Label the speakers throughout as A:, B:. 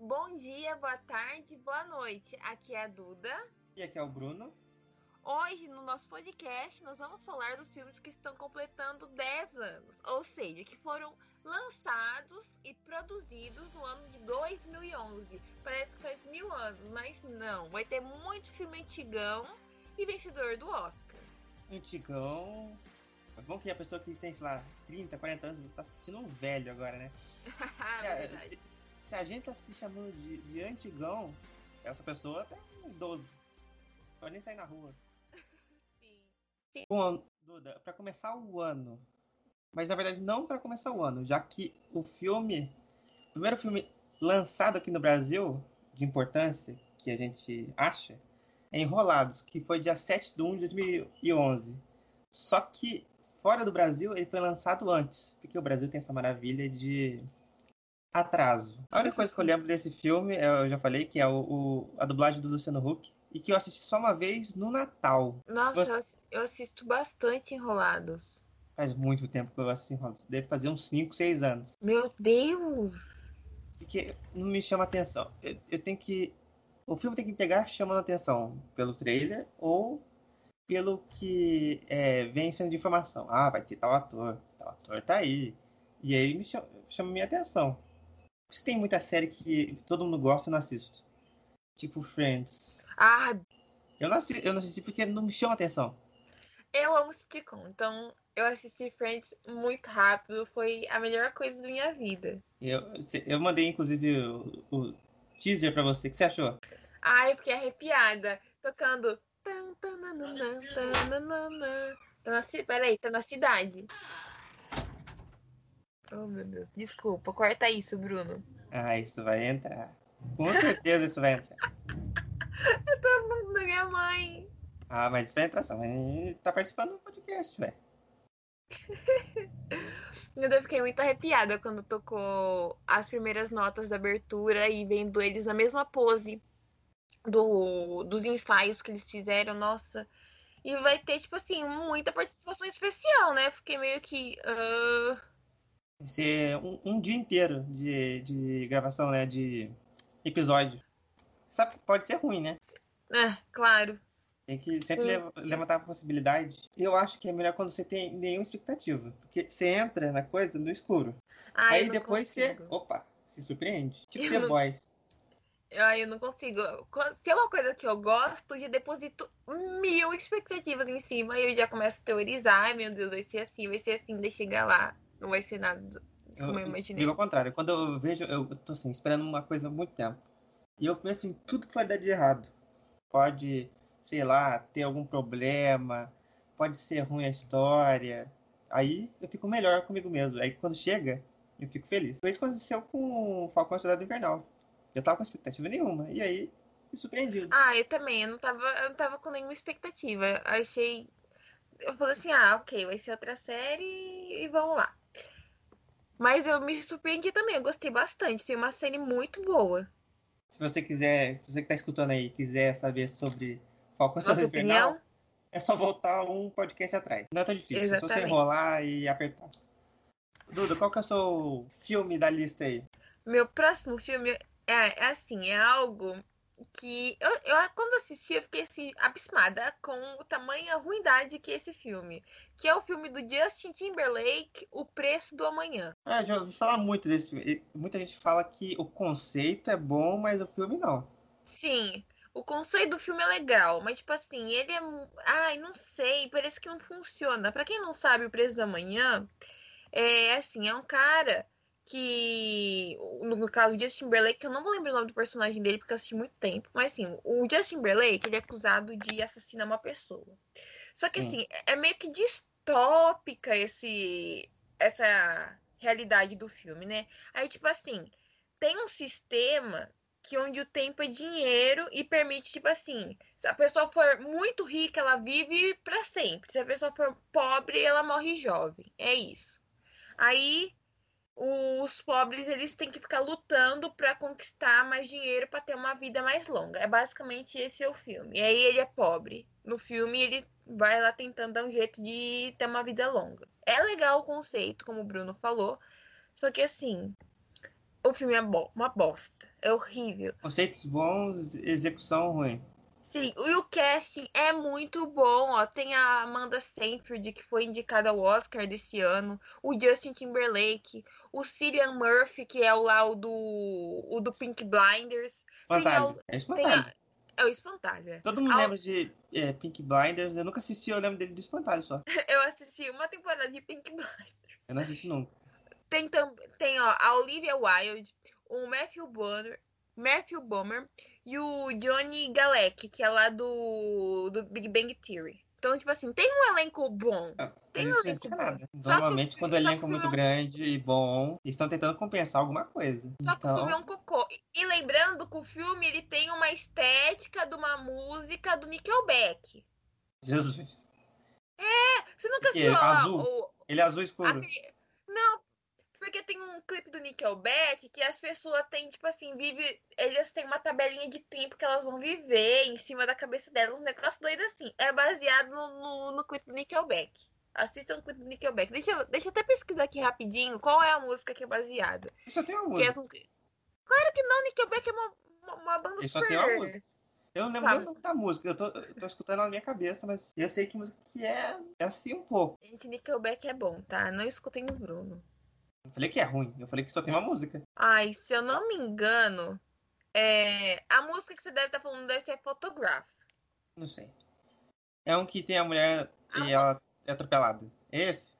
A: Bom dia, boa tarde, boa noite. Aqui é a Duda.
B: E aqui é o Bruno.
A: Hoje, no nosso podcast, nós vamos falar dos filmes que estão completando 10 anos, ou seja, que foram lançados e produzidos no ano de 2011. Parece que faz mil anos, mas não. Vai ter muito filme antigão e vencedor do Oscar.
B: Antigão. um É bom que a pessoa que tem, sei lá, 30, 40 anos tá se sentindo um velho agora, né?
A: Ah, Verdade.
B: se, se a gente tá se chamando de, de antigão, essa pessoa tá um idoso. Pode nem sair na rua.
A: Sim.
B: Bom, um Duda, pra começar o ano. Mas na verdade, não pra começar o ano, já que o filme. O primeiro filme lançado aqui no Brasil, de importância, que a gente acha, é Enrolados, que foi dia 7 de 1 de 2011. Só que fora do Brasil, ele foi lançado antes, porque o Brasil tem essa maravilha de atraso. A única coisa que eu lembro desse filme, é, eu já falei, que é o, o- a dublagem do Luciano Huck, e que eu assisti só uma vez no Natal.
A: Nossa,
B: Você-
A: eu ass- eu assisto bastante Enrolados.
B: Faz muito tempo que eu assisto Enrolados. Deve fazer uns 5, 6 anos.
A: Meu Deus!
B: Porque não me chama atenção. Eu, eu tenho que. O filme tem que me pegar chamando atenção pelo trailer ou pelo que é, vem sendo de informação. Ah, vai ter tal ator, tal ator tá aí. E aí me chama, chama minha atenção. Porque tem muita série que todo mundo gosta e eu não assisto. Tipo Friends.
A: Ah,
B: Eu não assisti, eu não assisti porque não me chama atenção.
A: Eu amo sitcom, então eu assisti Friends muito rápido, foi a melhor coisa da minha vida.
B: Eu, eu mandei, inclusive, o, o teaser pra você. O que você achou?
A: Ai, eu fiquei arrepiada, tocando. tan, tananana, tananana. Tá na, ci- peraí, tá na cidade. Oh, meu Deus, desculpa, corta isso, Bruno.
B: Ah, isso vai entrar. Com certeza isso vai entrar.
A: Todo mundo da minha mãe.
B: Ah, mas isso vai entrar só. mas Tá participando do podcast, velho.
A: Meu Deus, eu fiquei muito arrepiada quando tocou as primeiras notas da abertura e vendo eles na mesma pose do, dos ensaios que eles fizeram, nossa. E vai ter, tipo assim, muita participação especial, né? Fiquei meio que. ah,
B: Vai ser um, um dia inteiro de, de gravação, né? De episódio. Sabe que pode ser ruim, né?
A: é, claro.
B: Tem que sempre
A: Sim.
B: leva- levantar a possibilidade. Eu acho que é melhor quando você tem nenhuma expectativa. Porque você entra na coisa no escuro.
A: Ah, eu
B: Aí
A: não
B: depois
A: consigo.
B: você. Opa, se surpreende. Tipo
A: Eu
B: The
A: não-
B: Boys.
A: Eu, eu não consigo. Co- Se é uma coisa que eu gosto, eu já deposito mil expectativas em cima e eu já começo a teorizar. Ai, meu Deus, vai ser assim, vai ser assim, deixa chegar lá. Não vai ser nada do- como eu, imaginei.
B: digo ao contrário. Quando eu vejo, eu tô assim, esperando uma coisa há muito tempo. E eu penso em tudo que vai dar de errado. Pode, sei lá, ter algum problema, pode ser ruim a história. Aí eu fico melhor comigo mesmo. Aí quando chega, eu fico feliz. Foi isso que aconteceu com o Falcão e o Soldado Invernal. Eu tava com expectativa nenhuma. E aí, me surpreendido.
A: Ah, eu também. Eu não tava, eu não tava com nenhuma expectativa. Eu Achei. Eu falei assim, ah, ok, vai ser outra série e vamos lá. Mas eu me surpreendi também, eu gostei bastante. Tem uma série muito boa.
B: Se você quiser, se você que tá escutando aí, quiser saber sobre Falcão e o
A: Nossa
B: Soldado Invernal,
A: opinião?
B: É só voltar um podcast atrás. Não é tão difícil. É só você
A: Exatamente.
B: enrolar e apertar. Duda, qual que é o seu filme da lista aí?
A: Meu próximo filme é, é assim, é algo que. Eu, eu- quando assisti, eu fiquei assim, abismada com o tamanho a ruindade que é esse filme. Que é o filme do Justin Timberlake, O Preço do Amanhã.
B: Ah, eu já ouvi falar muito desse filme. E Muita gente fala que o conceito é bom, mas o filme não.
A: Sim, o conceito do filme é legal, mas tipo assim, ele é. mu- Ai, não sei, parece que não funciona. Pra quem não sabe, o Preço da Manhã é assim, é um cara que. No no caso de Justin Timberlake, eu não vou lembrar o nome do personagem dele porque eu assisti muito tempo, mas assim, o Justin Timberlake ele é acusado de assassinar uma pessoa. Só que
B: Sim.
A: assim, é é meio que distópica esse, essa realidade do filme, né? Aí, tipo assim, tem um sistema que onde o tempo é dinheiro e permite, tipo assim, se a pessoa for muito rica, ela vive pra sempre. Se a pessoa for pobre, ela morre jovem. É isso. Aí os pobres eles têm que ficar lutando pra conquistar mais dinheiro pra ter uma vida mais longa. É basicamente esse é o filme. E aí ele é pobre. No filme ele vai lá tentando dar um jeito de ter uma vida longa. É legal o conceito, como o Bruno falou, só que assim, o filme é bo- uma bosta. É horrível.
B: Conceitos bons, execução ruim.
A: Sim, e o casting é muito bom, ó. Tem a Amanda Seyfried, que foi indicada ao Oscar desse ano, o Justin Timberlake, o Cillian Murphy, que é o lá o do, o do Pink Blinders.
B: Espantalho. É
A: Tem a,
B: espantalho.
A: é o Espantalho.
B: Todo mundo
A: Al-
B: lembra de é, Pink Blinders. Eu nunca assisti, eu lembro dele do espantalho só.
A: Eu assisti uma temporada de Pink Blinders.
B: Eu não assisti nunca.
A: Tem, tam- tem ó, a Olivia Wilde, o Matthew Bonner, Matthew Bomer e o Johnny Galecki, que é lá do, do Big Bang Theory. Então, tipo assim, tem um elenco bom.
B: Ah,
A: Tem
B: mas isso
A: elenco
B: não é
A: bom.
B: nada.
A: Só que o
B: Normalmente,
A: fi-
B: quando o
A: só que o
B: elenco é muito
A: filme um
B: grande e bom, eles estão tentando compensar alguma coisa.
A: Só que o filme é
B: Então,
A: um cocô. E- E lembrando que o filme ele tem uma estética de uma música do Nickelback.
B: Jesus.
A: Você nunca
B: Que é
A: assistiu lá
B: azul?
A: o-
B: Ele é azul escuro.
A: aquele- Não, porque tem um clipe do Nickelback que as pessoas têm, tipo assim, vive. Eles têm uma tabelinha de tempo que elas vão viver em cima da cabeça delas, um negócio doido assim. É baseado no, no, no clipe do Nickelback. Assistam o clipe do Nickelback. Deixa, eu- deixa eu até pesquisar aqui rapidinho qual é a música que é baseada.
B: Ele só tem uma
A: Que é
B: música.
A: um- Claro que não, Nickelback é uma, uma, uma banda
B: Ele só
A: super.
B: tem uma música. Eu não lembro
A: Tá.
B: nem o nome da música. Eu tô, eu tô escutando na minha cabeça, mas eu sei que música que é. É assim um pouco.
A: Gente, Nickelback é bom, tá? Não escutem o Bruno.
B: Eu falei que é ruim. Eu falei que só tem uma música.
A: Ai, se eu não me engano, é... a música que você deve estar falando deve ser Photograph.
B: Não sei. É um que tem a mulher
A: Ah.
B: e ela é atropelada. Esse?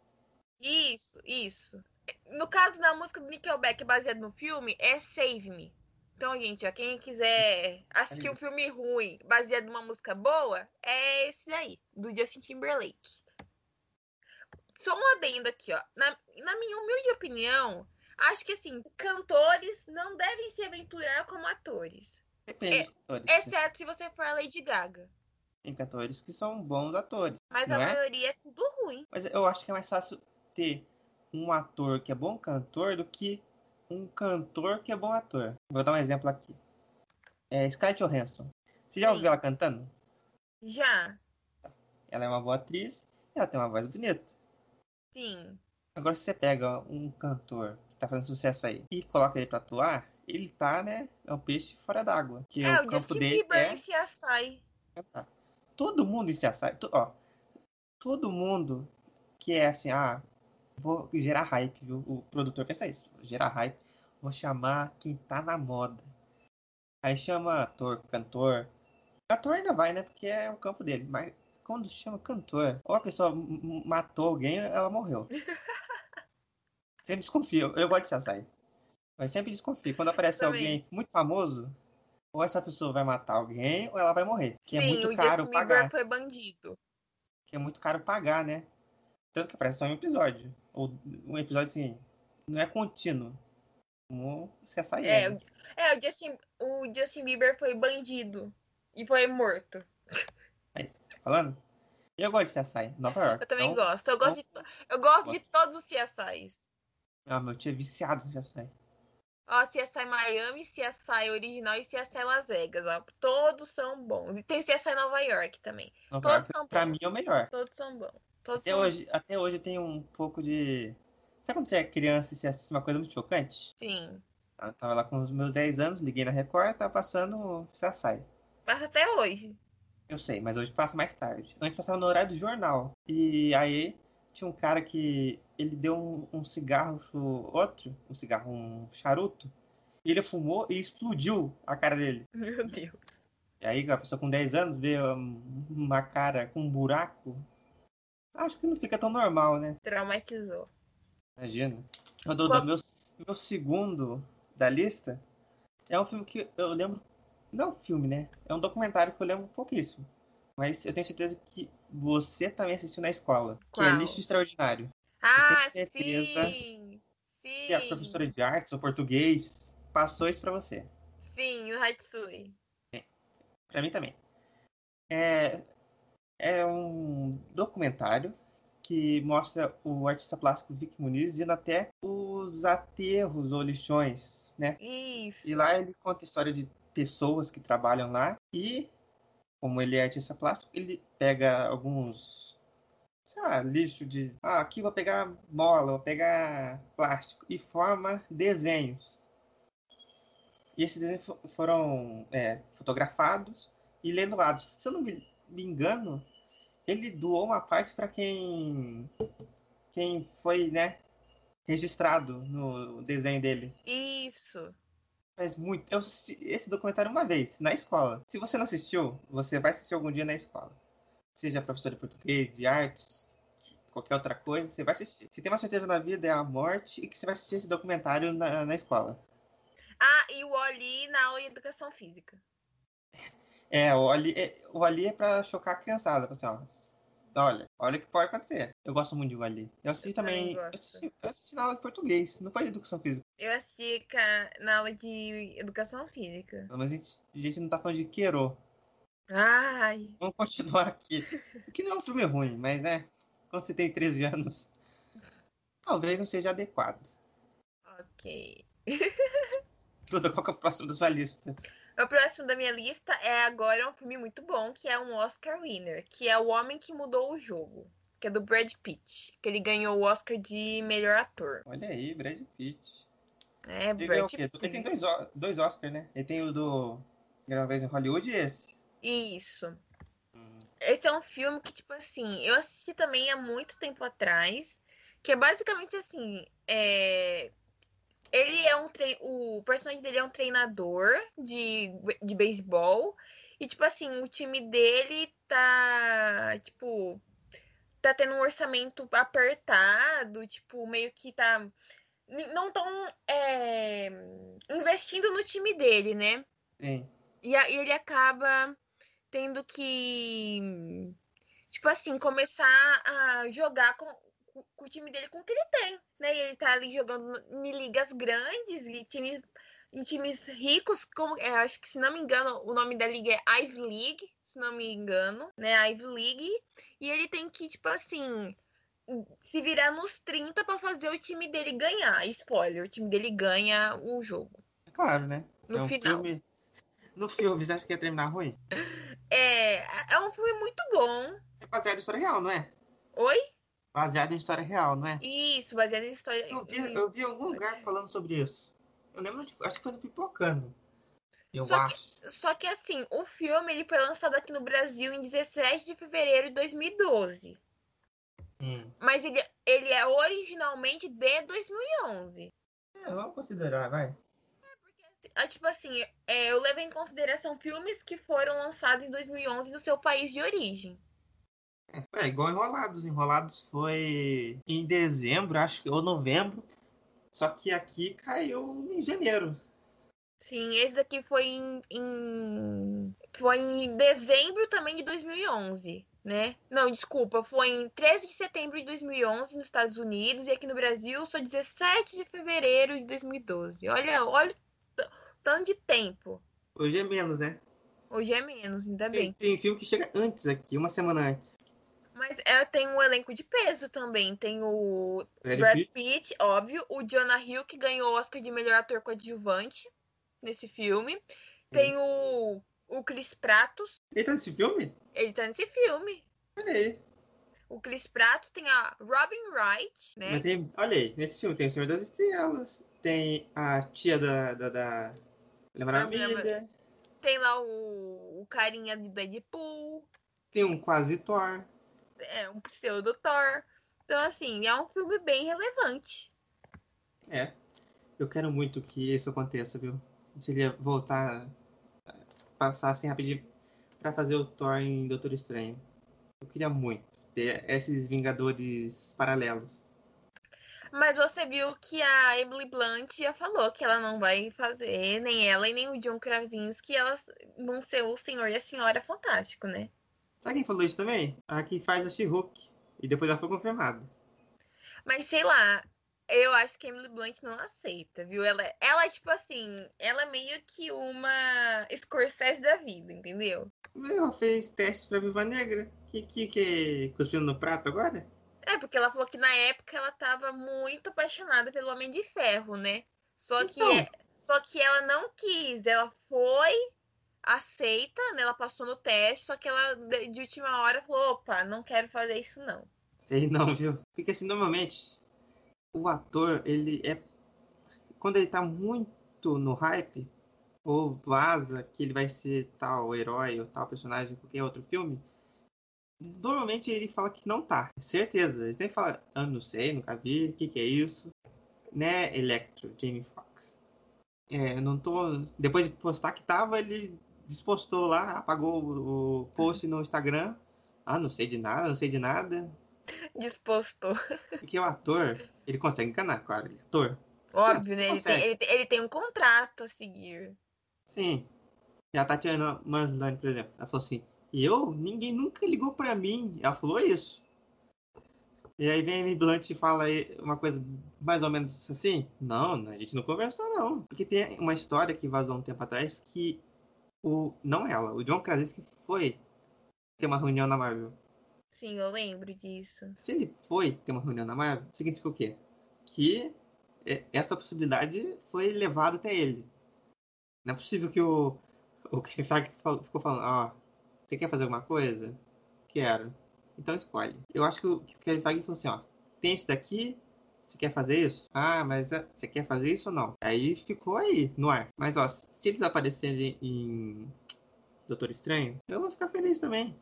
A: Isso, isso. No caso da música do Nickelback baseada no filme, é Save Me. Então, gente, ó, quem quiser assistir um filme ruim baseado numa música boa, é esse daí, do Justin Timberlake. Só um adendo aqui, ó. Na, na minha humilde opinião, acho que assim, cantores não devem se aventurar como atores.
B: Depende
A: É-
B: dos atores.
A: Exceto se você for a Lady Gaga.
B: Tem cantores que são bons atores.
A: Mas a
B: Não é?
A: maioria é tudo ruim.
B: Mas eu acho que é mais fácil ter um ator que é bom cantor do que um cantor que é bom ator. Vou dar um exemplo aqui. É Scarlett Johansson. Você já
A: Sim.
B: ouviu ela cantando?
A: Já,
B: Ela é uma boa atriz e ela tem uma voz bonita.
A: sim.
B: Agora, se você pega um cantor que tá fazendo sucesso aí e coloca ele pra atuar, ele tá, né? É um peixe fora d'água. Que
A: é,
B: o
A: o
B: campo
A: Justin
B: dele
A: Bieber
B: é
A: em CSI.
B: cantar. Tá. Todo mundo em CSI, to- ó, todo mundo que é assim, ah, vou gerar hype, viu? O produtor pensa isso, vou gerar hype, vou chamar quem tá na moda. Aí chama ator, cantor. Ator ainda vai, né? Porque é o campo dele, mas quando chama cantor, ou a pessoa m- m- matou alguém, ela morreu. sempre desconfio, eu gosto de CSI. Mas sempre desconfio. Quando aparece
A: Também.
B: alguém muito famoso, ou essa pessoa vai matar alguém, ou ela vai morrer. Que é
A: sim,
B: muito
A: o
B: caro
A: Justin
B: pagar
A: Bieber foi bandido.
B: que é muito caro pagar, né? Tanto que parece só um episódio. Ou um episódio assim, não é contínuo. Como se essa
A: É, o, é o, Justin, o Justin Bieber foi bandido. E foi morto.
B: Tá falando? Eu gosto de CSI, Nova York.
A: Eu também
B: então,
A: gosto. Eu gosto, de, to- eu gosto de todos os CSIs.
B: Ah, meu tio é viciado em CSI.
A: Ó, CSI Miami, CSI original e CSI Las Vegas. Ó. Todos são bons. E tem o CSI Nova York também.
B: Nova
A: Todos
B: York,
A: são
B: pra
A: bons.
B: mim, é o melhor.
A: Todos são bons. Todos
B: Até
A: são
B: hoje, até hoje eu tenho um pouco de. Sabe quando você é criança e você assiste uma coisa muito chocante?
A: bons. Sim.
B: Eu tava lá com os meus 10 anos, liguei na Record, tava passando CSI.
A: Mas até hoje.
B: Eu sei, mas hoje passa mais tarde. Antes passava no horário do jornal. E aí tinha um cara que ele deu um, um cigarro pro outro, um cigarro, um charuto, e ele fumou e explodiu a cara dele.
A: Meu Deus.
B: E aí a pessoa com 10 anos vê um, uma cara com um buraco. Acho que não fica tão normal, né?
A: Traumatizou.
B: Imagina. Eu dou,
A: Qual-
B: meu, meu segundo da lista é um filme que eu lembro. Não é um filme, né? É um documentário que eu lembro pouquíssimo. Mas eu tenho certeza que você também assistiu na escola. Que é
A: Qual?
B: Lixo Extraordinário.
A: Ah,
B: certeza
A: sim. Sim.
B: Que a professora de artes ou português passou isso pra você.
A: Sim, o Hatsui.
B: Pra mim também. É, é um documentário que mostra o artista plástico Vic Muniz indo até os aterros ou lixões, né?
A: Isso.
B: E lá ele conta a história de pessoas que trabalham lá e, como ele é artista plástico, ele pega alguns, sei lá, lixo de. Ah, aqui vou pegar mola, vou pegar plástico e forma desenhos. E esses desenhos fo- foram é, fotografados e leiloados. Se eu não me me engano, ele doou uma parte para quem quem foi, né, registrado no desenho dele.
A: Isso.
B: Mas muito. Eu assisti esse documentário uma vez, na escola. Se você não assistiu, você vai assistir algum dia na escola. Seja professor de português, de artes, de qualquer outra coisa, você vai assistir. Se tem uma certeza na vida, é a morte e que você vai assistir esse documentário na, na escola.
A: Ah, e o Oli na aula de educação física.
B: É, o Ali é, o Ali é pra chocar a criançada, assim, ó. Olha, olha o que pode acontecer. Eu gosto muito de o Ali. Eu assisti
A: Eu também
B: também. Eu
A: gosto.
B: assisti, eu assisti na aula de português, não foi de educação física.
A: Eu assisti ca- na aula de educação física.
B: Mas a gente, a gente não tá falando de Quero.
A: Ai,
B: Vamos continuar aqui. O que não é um filme ruim, mas né? Quando você tem 13 anos, talvez não seja adequado.
A: ok.
B: Duda, qual que é o próximo da sua lista?
A: O próximo da minha lista é agora um filme muito bom, que é um Oscar winner, que é O Homem que Mudou o Jogo, que é do Brad Pitt, que ele ganhou o Oscar de melhor ator.
B: Olha aí, Brad Pitt.
A: É,
B: Ele ganhou
A: Brad
B: o quê? Ele tem
A: Pitt.
B: dois, O- dois Oscars, né? Ele tem o do Era uma vez em Hollywood e esse.
A: Isso. Esse é um filme que, tipo assim, eu assisti também há muito tempo atrás, que é basicamente assim, é... ele é um tre... o personagem dele é um treinador de, de beisebol e, tipo assim, o time dele tá, tipo, tá tendo um orçamento apertado, tipo, meio que tá, não tão é, investindo no time dele, né?
B: Sim.
A: E, a- e ele acaba tendo que, tipo assim, começar a jogar com, com- com o time dele com o que ele tem, né? E ele tá ali jogando no- em ligas grandes e times, em times ricos, como é, acho que se não me engano, o nome da liga é Ivy League, se não me engano, né? Ivy League. E ele tem que, tipo assim, se virar nos 30 pra fazer o time dele ganhar. Spoiler, o time dele ganha o jogo.
B: É Claro, né?
A: No
B: é um
A: final.
B: filme. No filme, você acha que ia terminar ruim?
A: É, é um filme muito bom.
B: É baseado em história real, não é?
A: Oi?
B: Baseado em história real, não é?
A: Isso, baseado em história.
B: Eu vi, eu vi em algum lugar falando sobre isso. Eu lembro, de, acho que foi no Pipocando. Eu
A: Só que-
B: acho.
A: Só que assim, o filme ele foi lançado aqui no Brasil em 17 de fevereiro de 2012.
B: Hum.
A: Mas ele, ele é originalmente de 2011.
B: É, vamos considerar, vai.
A: Ah, Tipo assim, é, eu levo em consideração filmes que foram lançados em 2011 no seu país de origem.
B: É, igual Enrolados. Enrolados foi em dezembro, acho que, ou novembro. Só que aqui caiu em janeiro.
A: Sim, esse daqui foi em, em- foi em dezembro também de 2011, né? Não, desculpa, foi em 13 de setembro de 2011 nos Estados Unidos e aqui no Brasil só 17 de fevereiro de 2012. Olha, olha o t- tanto de tempo.
B: Hoje é menos, né?
A: Hoje é menos, ainda
B: Tem,
A: bem.
B: tem filme que chega antes aqui, uma semana antes.
A: Mas é, tem um elenco de peso também. Tem o
B: Brad
A: Brad
B: Pitt,
A: Pitt, óbvio. O Jonah Hill, que ganhou o Oscar de melhor ator coadjuvante nesse filme. Tem o, o Chris Pratos,
B: Ele tá nesse filme?
A: Ele tá nesse filme.
B: Olha aí.
A: O Chris Pratt tem a Robin Wright, né?
B: Mas tem- olha aí, nesse filme tem o Senhor das Estrelas, tem a tia da. da, da... Mulher Maravilha,
A: Tem lá o, o carinha do Deadpool,
B: tem um quase Thor.
A: é um pseudo Thor. Então, assim, é um filme bem relevante.
B: É. Eu quero muito que isso aconteça, viu? Eu Seria voltar, passar assim rapidinho pra fazer o Thor em Doutor Estranho. Eu queria muito ter esses Vingadores paralelos.
A: Mas você viu que a Emily Blunt já falou que ela não vai fazer, nem ela e nem o John Krasinski, elas vão ser o Senhor e a Senhora Fantástico, né?
B: Sabe quem falou isso também? A que faz a She-Hulk. E depois ela foi confirmada.
A: Mas sei lá, eu acho que a Emily Blunt não aceita, viu? Ela, ela é tipo assim, ela é meio que uma Scorsese da vida, entendeu?
B: Mas ela fez testes pra Viva Negra. Que que que cuspindo no prato agora?
A: É, porque ela falou que na época ela tava muito apaixonada pelo Homem de Ferro, né? Só que,
B: Então.
A: é- só que ela não quis, ela foi aceita, né? Ela passou no teste, só que ela de de última hora falou, opa, não quero fazer isso não.
B: Sei não, viu? Porque assim, normalmente, o ator, ele é. Quando ele tá muito no hype, ou vaza que ele vai ser tal herói ou tal personagem em qualquer outro filme, normalmente ele fala que não tá. Certeza. Ele sempre fala, ah, não sei, nunca vi, o que, que é isso? Né, Electro, Jamie Foxx. É, eu não tô. Depois de postar que tava, ele despostou lá, apagou o o post no Instagram. Ah, não sei de nada, não sei de nada.
A: Dispostou.
B: Porque o ator, ele consegue enganar, claro, ele é ator.
A: Óbvio, né? Ele tem,
B: consegue.
A: ele, tem- ele tem um contrato a seguir.
B: Sim. tá E a Tatiana Maslany, por exemplo, ela falou assim: Eu? Ninguém nunca ligou pra mim. Ela falou isso. E aí vem a Amy Blunt e fala aí uma coisa mais ou menos assim: Não, a gente não conversou, não. Porque tem uma história que vazou um tempo atrás que o. Não ela, o John Krasinski foi ter uma reunião na Marvel.
A: Sim, eu lembro disso.
B: Se ele foi ter uma reunião na Marvel, significa o quê? Que é, essa possibilidade foi levada até ele. Não é possível que o, o Kevin Feige fal- ficou falando, ó, você quer fazer alguma coisa? Quero. Então escolhe. Eu acho que o, que o Kevin Feige falou assim, ó, tem esse daqui, você quer fazer isso? Ah, mas é, você quer fazer isso ou não? Aí ficou aí, no ar. Mas ó, se eles aparecerem em Doutor Estranho, eu vou ficar feliz também.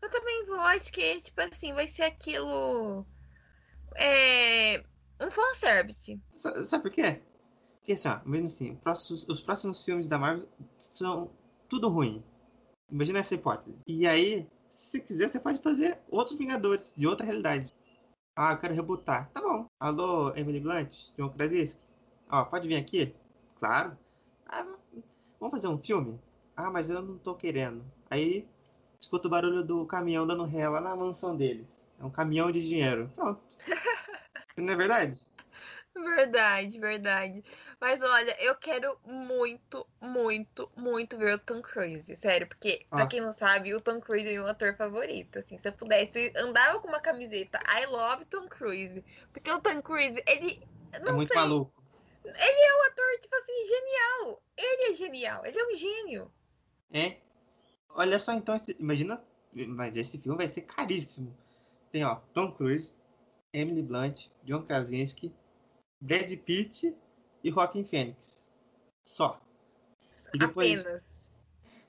A: Eu também vou, acho que, tipo assim, vai ser aquilo. É. Um fanservice.
B: Sa- Sabe por quê? Porque assim, ó, mesmo assim, próximos- os próximos filmes da Marvel são tudo ruim. Imagina essa hipótese. E aí, se quiser, você pode fazer outros Vingadores, de outra realidade. Ah, eu quero rebutar. Tá bom. Alô, Emily Blunt, John Krasinski. Ó, pode vir aqui? Claro. Ah, vamos fazer um filme? Ah, mas eu não tô querendo. Aí, escuta o barulho do caminhão dando ré lá na mansão deles. É um caminhão de dinheiro. Pronto. não é verdade?
A: Verdade, verdade. Mas olha, eu quero muito, muito, muito ver o Tom Cruise. Sério, porque, pra
B: Ah.
A: quem não sabe, o Tom Cruise é meu ator favorito. Assim, se eu pudesse, eu andava com uma camiseta I love Tom Cruise. Porque o Tom Cruise, ele.
B: é
A: Não
B: muito
A: sei,
B: maluco.
A: é um ator, tipo assim, genial. Ele é genial, ele é um gênio.
B: É. Olha só então, esse- imagina, mas esse filme vai ser caríssimo. Tem ó, Tom Cruise, Emily Blunt, John Krasinski, Brad Pitt e Joaquin Phoenix. Só. E depois-
A: Apenas.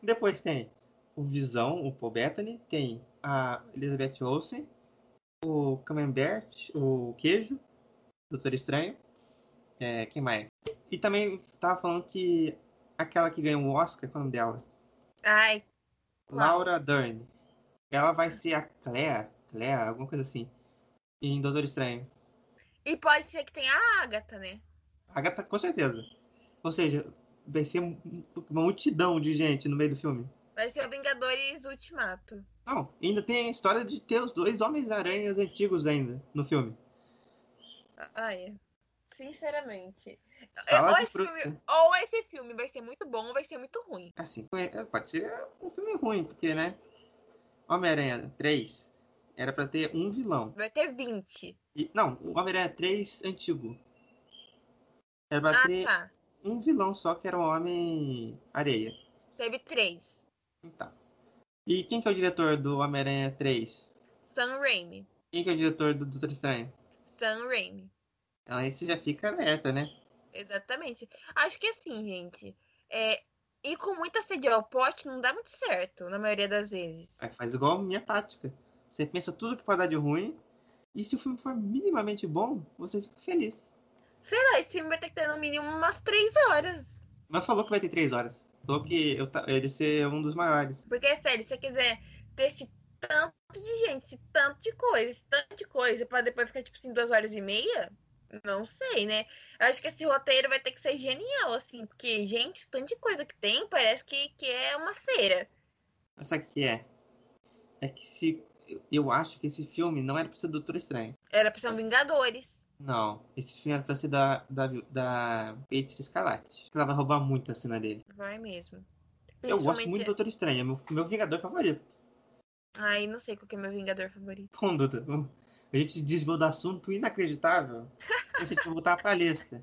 B: Depois tem o Visão, o Paul Bettany, tem a Elizabeth Olsen, o Camembert, o Queijo, Doutor Estranho, é, quem mais? E também tava falando que aquela que ganhou o Oscar, qual é o nome dela?
A: Ai, Claro.
B: Laura Dern. Ela vai ser a Claire, Claire, alguma coisa assim, em Doutor Estranho.
A: e pode ser que tenha a Agatha, né?
B: Agatha, com certeza. Ou seja, vai ser um- uma multidão de gente no meio do filme.
A: Vai ser o Vingadores Ultimato.
B: Não, ainda tem a história de ter os dois Homens-Aranhas antigos ainda no filme.
A: Ah, Ai, sinceramente.
B: Fala
A: ou,
B: de
A: esse
B: fruta.
A: filme, ou esse filme vai ser muito bom ou vai ser muito ruim.
B: Assim, é, pode ser um filme ruim, porque, né? Homem-Aranha 3 era pra ter um vilão.
A: Vai ter 20.
B: E, não, o Homem-Aranha 3 antigo. Era pra
A: Ah,
B: ter
A: tá.
B: um vilão só, que era o Homem-Areia.
A: Teve 3.
B: Tá. E quem que é o diretor do Homem-Aranha 3?
A: Sam Raimi.
B: Quem que é o diretor do Doutor Estranho?
A: Sam Raimi.
B: Então, Aí você já fica alerta, né?
A: Exatamente. Acho que assim, gente. É, ir com muita sede ao pote não dá muito certo, na maioria das vezes.
B: Aí faz igual a minha tática. Você pensa tudo que pode dar de ruim. E se o filme for minimamente bom, você fica feliz.
A: Sei lá, esse filme vai ter que ter no mínimo umas 3 horas.
B: Mas falou que vai ter três horas. Falou que eu ta- ele ser um dos maiores.
A: Porque, sério, se você quiser ter esse tanto de gente, esse tanto de coisa, esse tanto de coisa, pra depois ficar, tipo assim, duas horas e meia, não sei, né? Eu acho que esse roteiro vai ter que ser genial, assim, porque, gente, o tanto de coisa que tem, parece que, que é uma feira.
B: Mas Sabe o que é? É que se. eu- Eu acho que esse filme não era pra ser do Doutor Estranho.
A: Era pra ser um Vingadores.
B: Não. Esse filme era pra ser da. da. da Feiticeira Escarlate. Ela vai roubar muito a cena dele.
A: Vai mesmo.
B: Eu gosto
A: Principalmente-
B: muito do Doutor Estranho, é meu, meu Vingador favorito.
A: Ai, não sei qual que é meu Vingador favorito.
B: Bom, Duda, vamos- a gente desviou do assunto inacreditável. A gente vai voltar pra lista.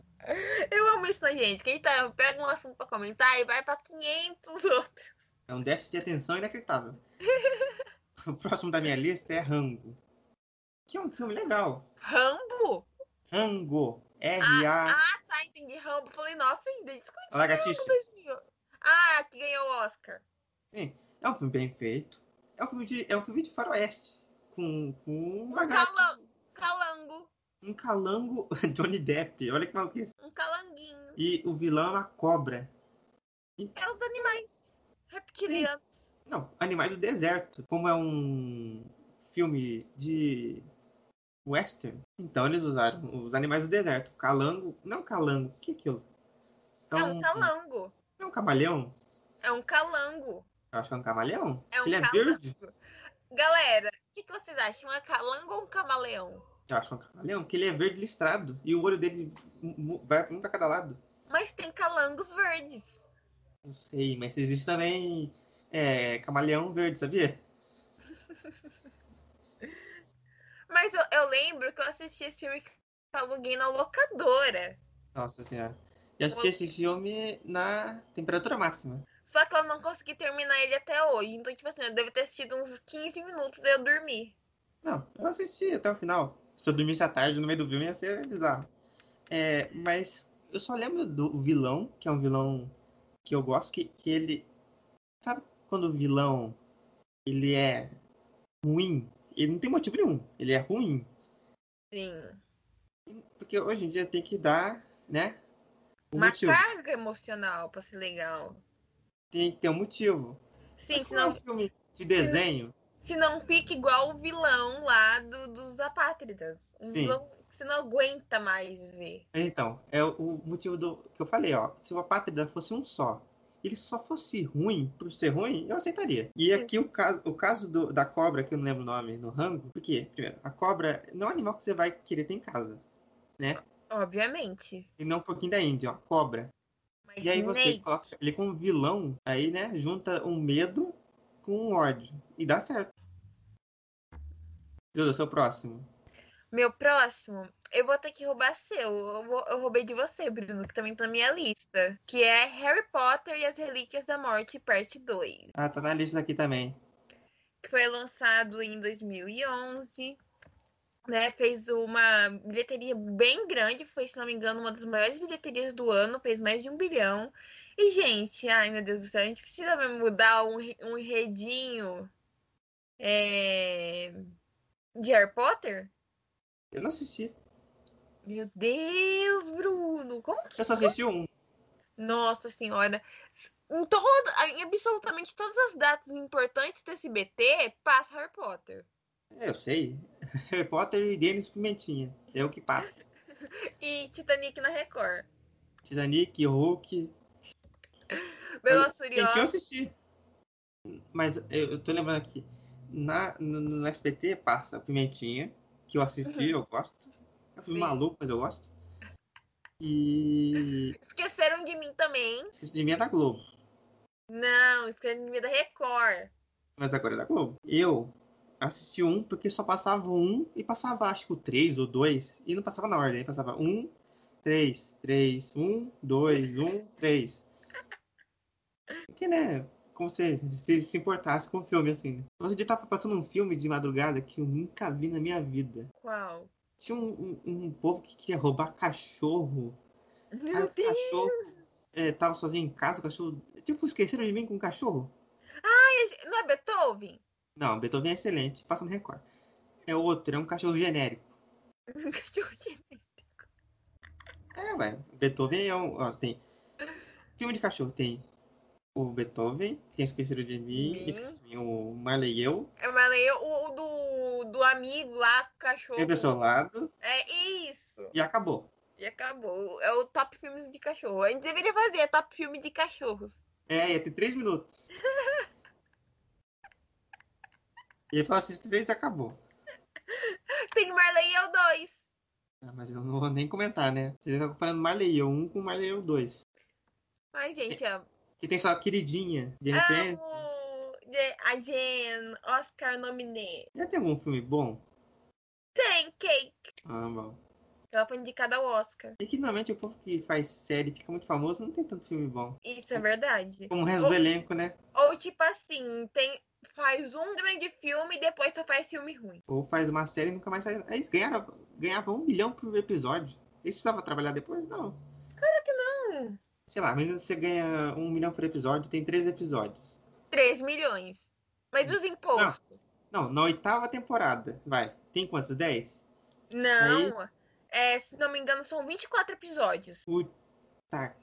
A: Eu amo isso, né, gente? Quem tá, pega um assunto pra comentar e vai pra 500 outros.
B: É um déficit de atenção inacreditável. O próximo da minha lista é Rango. Que é um filme legal.
A: Rambo?
B: Rango. R-A.
A: Ah, tá, entendi. Rambo. Falei, nossa, ainda desculpa.
B: Lagartixa.
A: Rambo 2000. Ah, que ganhou o Oscar.
B: Sim, é um filme bem feito. É um filme de, é um filme de faroeste. Com, com uma
A: Um
B: gata-
A: calan- calango.
B: um calango Johnny Depp. Olha que maluquice.
A: Um calanguinho.
B: E o vilão é uma cobra.
A: É os animais reptilianos.
B: Não, Animais do Deserto. Como é um filme de western, então eles usaram os Animais do Deserto. Calango. Não calango, o que é aquilo?
A: É um calango.
B: É um camaleão?
A: É um calango.
B: Eu acho que é um camaleão.
A: É um
B: Ele é
A: calango.
B: verde?
A: Galera, o que, que vocês acham? É calango ou um camaleão?
B: Eu acho que é um camaleão, porque ele é verde listrado. E o olho dele mu- mu- vai um pra cada lado.
A: Mas tem calangos verdes.
B: Não sei, mas existe também é, camaleão verde, sabia?
A: Mas eu, eu lembro que eu assisti esse filme que eu aluguei na locadora.
B: Nossa senhora. Eu
A: Então
B: assisti esse filme na temperatura máxima.
A: Só que eu não consegui terminar ele até hoje. Então, tipo assim, eu devo ter assistido uns 15 minutos e eu dormi.
B: Não, eu assisti até o final. Se eu dormisse à tarde no meio do filme ia ser bizarro. É, mas eu só lembro do vilão, que é um vilão que eu gosto, que, que ele. Sabe quando o vilão ele é ruim? Ele não tem motivo nenhum. Ele é ruim.
A: Sim.
B: Porque hoje em dia tem que dar, né? Um
A: Uma
B: motivo.
A: carga emocional pra ser legal.
B: Tem que ter um motivo.
A: Sim,
B: Mas como é um
A: senão,
B: filme de desenho,
A: se não fica igual o vilão lá do, dos apátridas. Um
B: Sim.
A: vilão que você não aguenta mais ver.
B: Então, é o- o motivo do que eu falei, ó. Se o apátrida fosse um só, ele só fosse ruim por ser ruim, eu aceitaria. E aqui o caso, o caso do- da cobra, que eu não lembro o nome, no rango, porque, primeiro, a cobra não é um animal que você vai querer ter em casa. né?
A: Obviamente.
B: E não um pouquinho da Índia, uma cobra.
A: Mas
B: E aí você
A: Nate,
B: coloca ele com um vilão, aí, né, junta um medo com um ódio. E dá certo. Duda, seu próximo.
A: meu próximo, eu vou ter que roubar seu. Eu, vou- eu roubei de você, Bruno, que também tá na minha lista. Que é Harry Potter e as Relíquias da Morte, parte 2.
B: Ah, tá na lista aqui também.
A: que foi lançado em 2011, né? Fez uma bilheteria bem grande, foi, se não me engano, uma das maiores bilheterias do ano, fez mais de um bilhão. E, gente, ai meu Deus do céu, a gente precisa mesmo mudar um, re- um redinho é, de Harry Potter?
B: Eu não assisti.
A: Meu Deus, Bruno, como que.
B: Eu só assisti um.
A: Nossa Senhora! Em, toda, em absolutamente todas as datas importantes desse BT, passa Harry Potter.
B: É, Eu sei. Harry Potter e Denis Pimentinha. É o que passa.
A: E Titanic na Record.
B: Titanic, Hulk.
A: Velozes
B: Gente, eu
A: Furiosos.
B: assisti. Mas eu, eu tô lembrando aqui. Na, no, no SBT passa Pimentinha, que eu assisti, eu gosto. É um filme
A: Sim.
B: maluco, mas eu gosto. E.
A: Esqueceram de mim também.
B: Esqueci de mim é da Globo.
A: Não, esqueceram de mim é da Record.
B: Mas agora é da Globo. Eu assisti um porque só passava um e passava acho que o três ou dois. E não passava na ordem, aí passava um, três, três, um, dois, um, três. Porque, né? Como se, se se importasse com o filme, assim. Né? Outro dia eu tava passando um filme de madrugada que eu nunca vi na minha vida.
A: Qual?
B: Tinha um, um, um povo que queria roubar cachorro. Aí
A: Meu
B: o
A: Deus!
B: cachorro eh, tava sozinho em casa, o cachorro. Tipo, esqueceram de mim com o cachorro.
A: Não é Beethoven?
B: Não, Beethoven é excelente, passa no Record. É outro, é um cachorro genérico.
A: Um cachorro de-
B: É, ué, Beethoven é um. Ó, tem. Filme de cachorro tem o Beethoven, tem Esqueceram de Mim,
A: Mim.
B: Esqueceram de Mim, o Marley e eu,
A: Eu falei o, o do, do amigo lá, com o cachorro.
B: Sempre ao seu lado,
A: É isso.
B: e acabou.
A: E acabou. É o top filmes de cachorro. A gente deveria fazer top filme de cachorros.
B: É, ia ter três minutos. E ele falou assim: três e acabou.
A: Tem Marley e eu dois.
B: Ah, mas eu não vou nem comentar, né? Vocês estão comparando Marley e eu 1 com Marley e eu 2.
A: Ai, gente, ó.
B: Que tem só a queridinha,
A: Ah.
B: de repente.
A: Amo Je- a Jen, Oscar Nominé.
B: Já tem algum filme bom?
A: Tem Cake,
B: Ah, bom.
A: que ela foi indicada ao Oscar.
B: É que normalmente o povo que faz série fica muito famoso, não tem tanto filme bom.
A: Isso é verdade.
B: Como o resto do elenco, né?
A: Ou tipo assim, tem, faz um grande filme e depois só faz filme ruim.
B: Ou faz uma série e nunca mais sai. Eles ganharam, ganhavam um milhão por episódio. Eles precisavam trabalhar depois? Não.
A: Hum,
B: Sei lá, mas você ganha um milhão por episódio, tem três episódios.
A: 3 milhões. Mas os impostos?
B: Não, na oitava temporada, vai. Tem quantos? Dez?
A: Não. É, se não me engano, são 24 episódios.
B: Tá,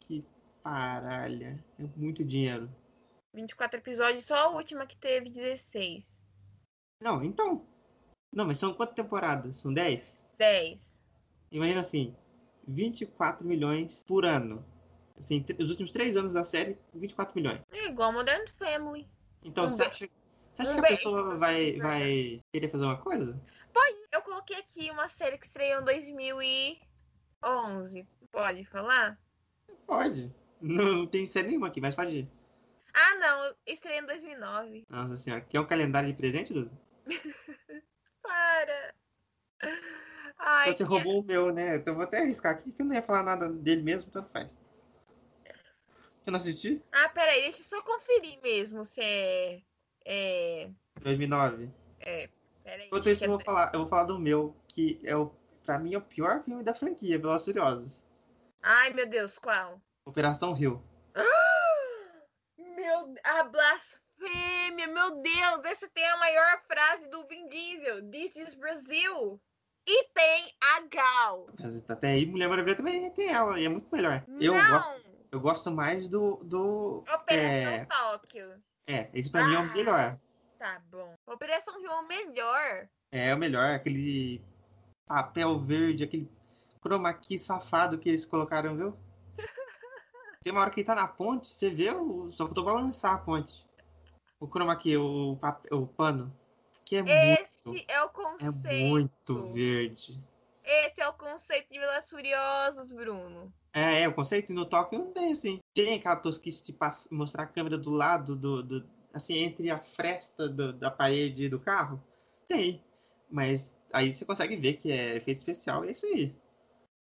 B: que paralha. É muito dinheiro.
A: 24 episódios, só a última que teve 16.
B: Não, então. Não, mas são quantas temporadas? São dez?
A: 10.
B: Imagina assim, 24 milhões por ano. Assim, tr- os últimos três anos da série, 24 milhões.
A: É igual Modern Family.
B: Então,
A: Um
B: você
A: be-
B: acha, você acha
A: um
B: que a
A: be-
B: pessoa vai, vai querer fazer uma coisa?
A: Eu coloquei aqui uma série que estreou em 2011. Pode falar?
B: Pode. Não, não tem série nenhuma aqui, mas pode ir.
A: Ah, não. Estreou em 2009.
B: Nossa senhora, quer um calendário de presente, Dudu?
A: Para. Ai,
B: Então, Você
A: que-
B: roubou o meu, né? Então vou até arriscar aqui que eu não ia falar nada dele mesmo, tanto faz. Eu não assisti?
A: Ah, peraí. Deixa eu só conferir mesmo se é... É...
B: 2009.
A: Peraí.
B: Enquanto
A: deixa
B: isso, eu
A: eu-
B: vou falar, eu vou falar do meu, que é o, pra mim é o pior filme da franquia, Velozes e Furiosos.
A: Ai, meu Deus. Qual?
B: Operação Rio.
A: Meu... A blasfêmia. Meu Deus. Essa tem a maior frase do Vin Diesel. This is Brazil. E tem a Gal.
B: Mas tá Até aí, Mulher Maravilha também tem ela, e é muito melhor. Eu
A: não.
B: gosto, eu gosto mais do. do
A: Operação
B: é,
A: Tóquio.
B: é, esse pra mim é o
A: Ah.
B: melhor.
A: Tá bom. Operação Rio é o melhor.
B: É o melhor, aquele papel verde, aquele chroma key safado que eles colocaram, viu? Tem uma hora que ele tá na ponte, você vê, o... só faltou balançar a ponte. O chroma key, o, papel, o pano. Que é muito,
A: Esse é o
B: é
A: conceito.
B: muito verde.
A: Esse é o conceito de Vilas Furiosas, Bruno.
B: É, é, o conceito no Tóquio não tem assim. Tem aquela tosquice de pass- mostrar a câmera do lado do. do- assim, entre a fresta do- da parede e do carro. Tem. Mas aí você consegue ver que é efeito especial e é isso aí.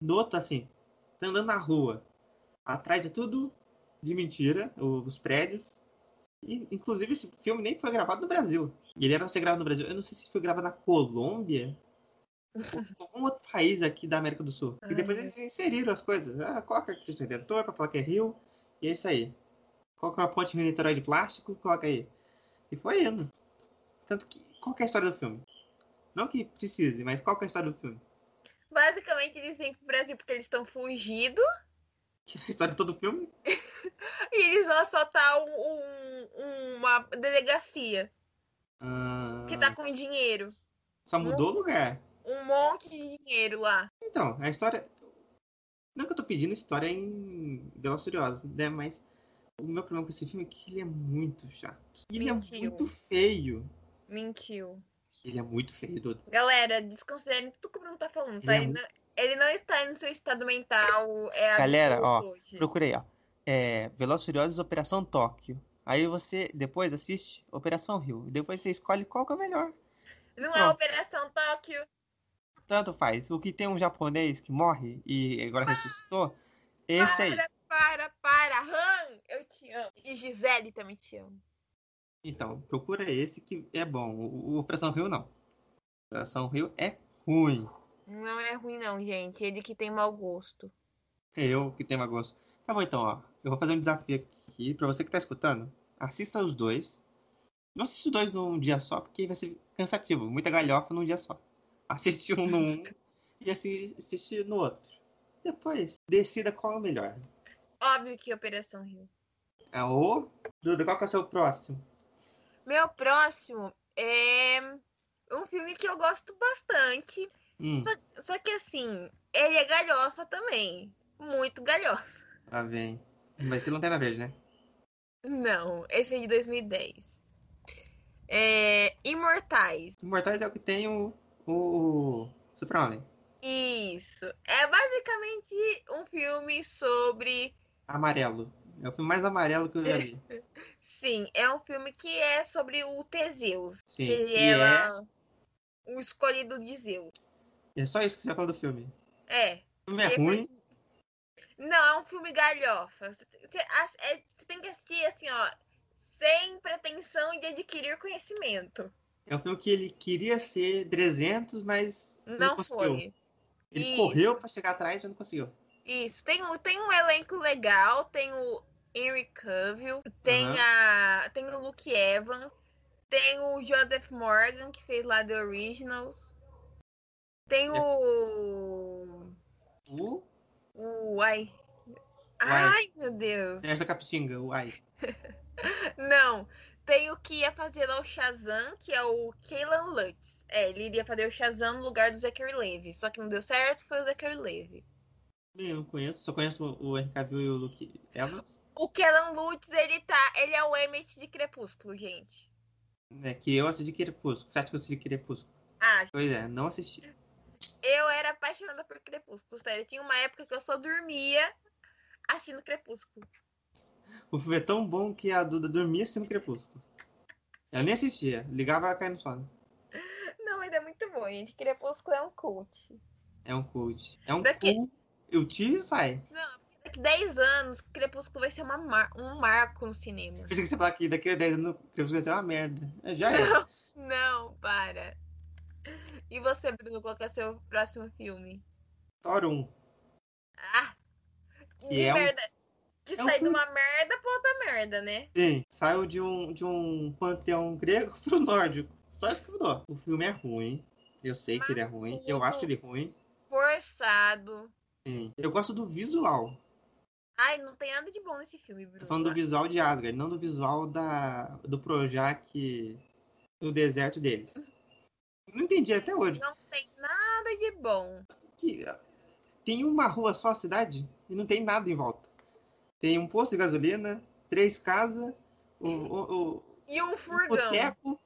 B: Nota assim, tá andando na rua. Atrás é tudo de mentira, o- os prédios. E, inclusive, esse filme nem foi gravado no Brasil. Ele era pra ser gravado no Brasil. Eu não sei se foi gravado na Colômbia algum outro país aqui da América do Sul.
A: Ai,
B: e depois
A: meu
B: eles inseriram as coisas. Ah, coloca Cristo Redentor pra falar que é Rio. E é isso aí. Coloca uma ponte em Niterói de plástico, coloca aí. E foi indo. Tanto que. Qual que é a história do filme? Não que precise, mas qual que é a história do filme?
A: Basicamente, eles vêm pro Brasil porque eles estão fugidos
B: Que é A história de todo filme?
A: e eles vão assaltar um- um- uma delegacia
B: Ah,
A: que tá com dinheiro.
B: Só mudou o lugar.
A: Um monte de dinheiro lá.
B: Então, a história. Não que eu tô pedindo história em Velas Furiosas, né? Mas o meu problema com esse filme é que ele é muito chato. E ele é
A: Mentiu.
B: muito feio.
A: Mentiu.
B: Ele é muito feio, Dudu.
A: Galera, desconsiderem tudo que o Bruno tá falando, tá?
B: Ele é
A: Ele, não, ele não está no seu estado mental. É
B: Galera,
A: absurdo hoje.
B: Hum. Procurei, ó. É, Velozes e Furiosos Operação Tóquio. Aí você depois assiste Operação Rio. E depois você escolhe qual que é o melhor.
A: Não é
B: Ó.
A: Operação Tóquio.
B: Tanto faz. O que tem um japonês que morre e agora ressuscitou. Esse aí.
A: Ah, Para, para, para. Han, eu te amo. E Gisele também te amo.
B: Então, procura esse que é bom. O, o Operação Rio não. Operação Rio é ruim.
A: Não é ruim, não, gente. Ele que tem mau gosto.
B: É eu que tenho mau gosto. Tá bom, então, ó. Eu vou fazer um desafio aqui pra você que tá escutando. Assista os dois. Não assista os dois num dia só, porque vai ser cansativo. Muita galhofa num dia só. Assiste um num e assi- assiste no outro. Depois, decida qual é o melhor.
A: Óbvio que é Operação Rio.
B: É o... Duda, qual que é o seu próximo?
A: Meu próximo é um filme que eu gosto bastante.
B: Hum,
A: Só que assim, ele é galhofa também. Muito galhofa.
B: lá vem. Vai ser Lanterna Verde, né?
A: Não, esse é de 2010. É, Imortais.
B: Imortais é o que tem o... O... Super-Homem.
A: Isso. É basicamente um filme sobre
B: Amarelo. É o filme mais amarelo que eu já vi.
A: Sim, é um filme que é sobre o Teseus,
B: Sim.
A: que ele
B: E
A: é,
B: é...
A: lá o escolhido de Zeus.
B: É só isso que você vai falar do filme.
A: É.
B: O filme é
A: Ele
B: ruim,
A: Não, é um filme galhofa. Você as- é- você tem que assistir assim, ó, sem pretensão de adquirir conhecimento.
B: É um filme que ele queria ser 300, mas
A: Não
B: conseguiu.
A: foi.
B: Ele
A: Isso.
B: correu pra chegar atrás e não conseguiu.
A: Isso, tem, um- tem um elenco legal, tem o Henry Cavill, tem,
B: Aham.
A: a, tem o Luke Evans, tem o Joseph Morgan, que fez lá The Originals, tem
B: É.
A: o...
B: O
A: o ai...
B: Uai.
A: Ai, meu Deus!
B: Sérgio da Capitinga, o Ai.
A: Não, tem o que ia fazer lá o Shazam, que é o Kaylan Lutz. É, ele iria fazer o Shazam no lugar do Zachary Levy, só que não deu certo, foi o Zachary Levy.
B: Eu não conheço, só conheço o Henry Cavill e o Luke Evans,
A: O Kellan Lutz, ele tá. Ele é o Emmett de Crepúsculo, gente.
B: né? Que eu assisti Crepúsculo. Você acha que eu assisti Crepúsculo?
A: Ah,
B: Pois é, não assisti.
A: eu era apaixonada por Crepúsculo, sério. Tinha uma época que eu só dormia assistindo Crepúsculo.
B: O filme é tão bom que a Duda dormia assistindo Crepúsculo. Eu nem assistia, ligava ela caía no sono.
A: Não, mas é muito bom, gente. Crepúsculo é um cult.
B: É um cult. É um
A: Daqui-
B: cu, eu tiro e sai.
A: Não, porque daqui 10 anos, Crepúsculo vai ser uma mar- um marco no cinema.
B: Pensei que você falar que daqui a 10 anos Crepúsculo vai ser uma merda. É, Já é.
A: Não, para. E você, Bruno, qual que é o seu próximo filme?
B: Thorum.
A: Ah!
B: Que
A: de
B: é um-
A: merda. Que
B: é um
A: sai de
B: filme-
A: uma merda pra outra merda, né?
B: Sim, saiu de um, de um panteão grego pro nórdico. Só isso que mudou. O filme é ruim. Eu sei que ele é ruim. Eu acho ele ruim.
A: Forçado.
B: Sim. Eu gosto do visual.
A: Ai, não tem nada de bom nesse filme,
B: Tô
A: Bruno.
B: falando do visual de Asgard, não do visual da, do Projac no deserto deles. Não entendi até hoje.
A: Não tem nada de bom.
B: Que, tem uma rua só a cidade e não tem nada em volta. Tem um posto de gasolina, três casas, o, o, o,
A: E um
B: um
A: furgão.
B: boteco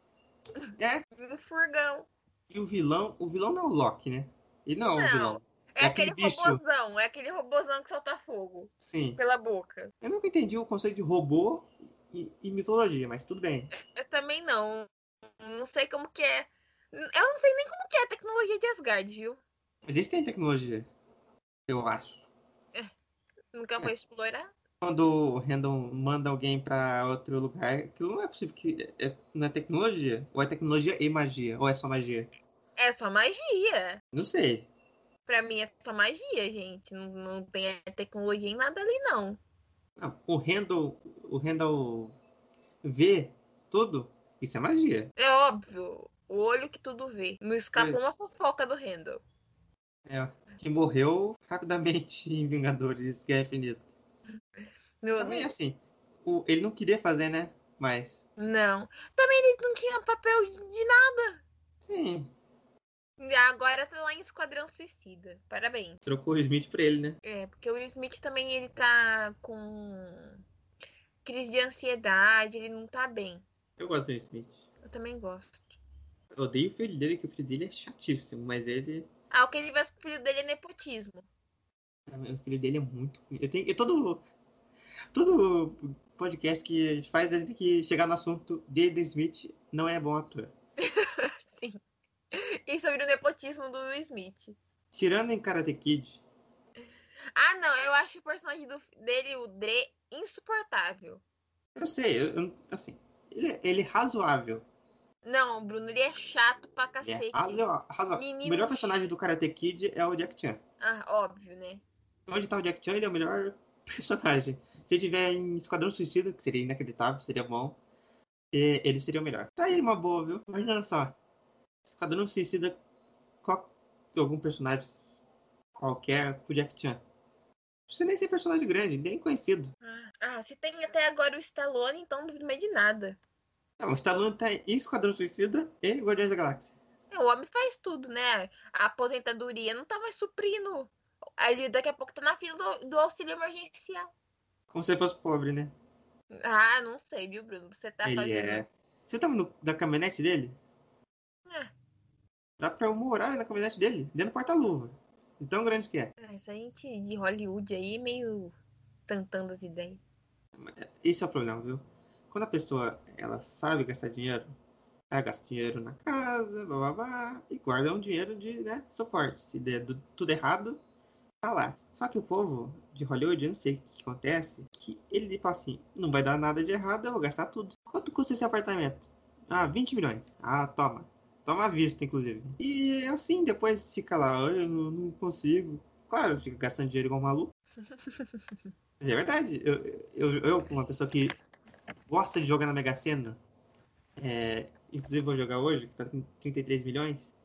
A: Um furgão.
B: e o vilão. O vilão não é o Loki, né? Ele não é
A: Não.
B: o vilão.
A: É,
B: É
A: aquele
B: aquele bicho.
A: robozão. É aquele robozão que solta fogo
B: Sim.
A: pela boca.
B: Eu nunca entendi o conceito de robô e, e mitologia, mas tudo bem.
A: Eu também não. Não sei como que é. Eu não sei nem como que é a tecnologia de Asgard, viu?
B: Mas eles têm tecnologia, eu acho. É.
A: Nunca vou explorar.
B: quando o Random manda alguém pra outro lugar, aquilo não é possível que é- não é tecnologia. Ou é tecnologia e magia, ou é só magia.
A: É só magia.
B: Não sei.
A: Pra mim é só magia, gente. Não, não tem tecnologia em nada ali, não.
B: Não, o Randall, o Randall vê tudo, isso é magia.
A: É óbvio. O olho que tudo vê. Não escapou
B: Hum.
A: uma fofoca do Randall.
B: É, que morreu rapidamente em Vingadores Guerra Infinita.
A: Meu
B: Também assim, o- ele não queria fazer, né? Mas,
A: Não. Também eles não tinham papel de de
B: sim,
A: nada. Agora tá lá em Esquadrão Suicida. Parabéns.
B: trocou o Smith pra ele, né?
A: É, porque o Will Smith também ele tá com crise de ansiedade, ele não tá bem.
B: Eu gosto do Smith.
A: Eu também gosto.
B: Eu odeio o filho dele, que o filho dele é chatíssimo, mas ele
A: Ah, o que ele vê com o filho dele é nepotismo.
B: O filho dele é muito. Eu tenho. Eu todo. Todo podcast que a gente faz, a gente tem que chegar no assunto. Jaden Smith não é bom ator.
A: Sim. E sobre o nepotismo do Will Smith.
B: Tirando em Karate Kid,
A: Ah, não, eu acho o personagem do- dele, o Dre, insuportável.
B: eu sei, eu, eu- assim. Ele, é- ele é razoável.
A: Não, Bruno, ele é chato pra
B: Ele é
A: cacete.
B: razo- razoável.
A: Menino
B: O melhor personagem do Karate Kid é o Jack Chan.
A: Ah, óbvio, né?
B: Onde tá o Jack Chan, ele é o melhor personagem. Se tiver em Esquadrão Suicida, que seria inacreditável, seria bom. e- Ele seria o melhor. Tá aí uma boa, viu? Imagina só. Esquadrão Suicida qual, algum personagem qualquer com o Jack Chan. Não precisa nem ser personagem grande, nem conhecido.
A: Ah, se tem até agora o Stallone, então não duvido mais de nada.
B: Não, o Stallone tá em Esquadrão Suicida e Guardiões da Galáxia.
A: É, O homem faz tudo, né? A aposentadoria não tá mais suprindo. Aí Ele daqui a pouco tá na fila do, do auxílio emergencial.
B: Como se ele fosse pobre, né?
A: Ah, não sei, viu, Bruno? Você tá
B: ele
A: fazendo.
B: é. Você tá no, da caminhonete dele?
A: É.
B: Dá pra eu morar na caminhonete dele, dentro do porta-luva. De tão grande que é.
A: Ah, essa gente de Hollywood aí é meio tantando as ideias.
B: Esse é o problema, viu? Quando a pessoa ela sabe gastar dinheiro, ela gasta dinheiro na casa, blá blá blá, e guarda um dinheiro de né, suporte. Se der du- tudo errado, tá lá. Só que o povo de Hollywood, eu não sei o que acontece, que ele fala assim: não vai dar nada de errado, eu vou gastar tudo. Quanto custa esse apartamento? Ah, 20 milhões. Ah, é toma. Toma à vista, inclusive. E assim, depois fica lá, "Ah, eu não não consigo. Claro, fica gastando dinheiro igual um maluco. Mas é verdade. Eu, eu, eu, uma pessoa que gosta de jogar na Mega Sena, é, inclusive vou jogar hoje, que tá com 33 milhões,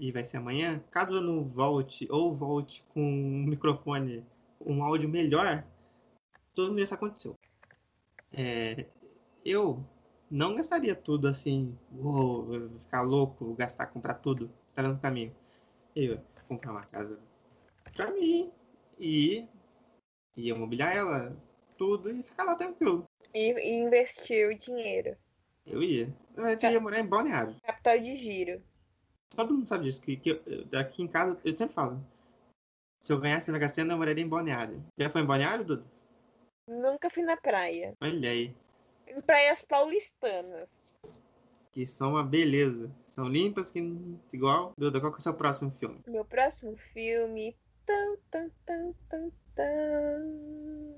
B: e vai ser amanhã, caso eu não volte, ou volte com um microfone, um áudio melhor, todo mundo já sabe o que aconteceu. É, eu não gastaria tudo assim, uou, ficar louco, gastar, comprar tudo, tá no caminho. Eu ia comprar uma casa pra mim e ia mobiliar ela, tudo, e ficar lá tranquilo.
A: E, e investir o dinheiro.
B: Eu ia. Na
A: É.
B: verdade, eu ia morar em Balneário.
A: Capital de giro.
B: Todo mundo sabe disso, que, que eu- daqui em casa, eu sempre falo. Se eu ganhasse na Mega Sena, eu moraria em Balneário. Já foi em Balneário, Duda?
A: Nunca fui na praia.
B: Olha aí.
A: Em praias paulistanas.
B: Que são uma beleza. São limpas, que não- igual. Duda, qual que é o seu próximo filme?
A: Meu próximo filme. Tan, tan, tan, tan, tan.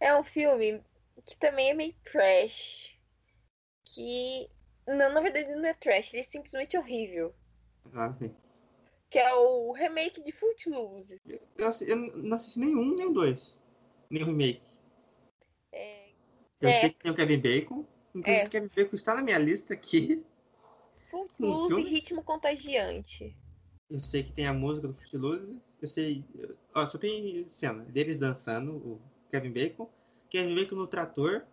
A: É um filme que também é meio trash. Que. Não, na verdade não é trash, ele é simplesmente horrível.
B: Ah, sim.
A: Que é o remake de Footloose.
B: Eu, assi- eu não assisti nenhum, nem o dois. Nem o remake.
A: É,
B: Eu
A: É.
B: sei que tem o Kevin Bacon. Inclusive,
A: É.
B: o Kevin Bacon está na minha lista aqui.
A: Footloose e
B: um filme?
A: Ritmo Contagiante.
B: Eu sei que tem a música do Footloose. Eu sei. Ó, só tem cena deles dançando, o Kevin Bacon. Kevin Bacon no trator.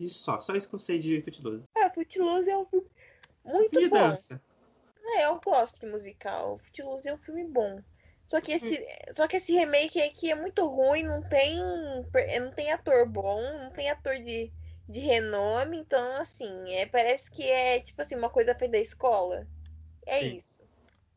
B: E só. Só isso que eu sei de Footloose.
A: Ah, Footloose é um filme muito
B: Filme de
A: bom.
B: dança.
A: É, eu gosto de musical. Footloose é um filme bom. Só que esse, só que esse remake aqui é muito ruim, não tem, per- é, não tem ator bom, não tem ator de, de renome, então assim, é, parece que é tipo assim, uma coisa feita da escola. É
B: Sim.
A: isso.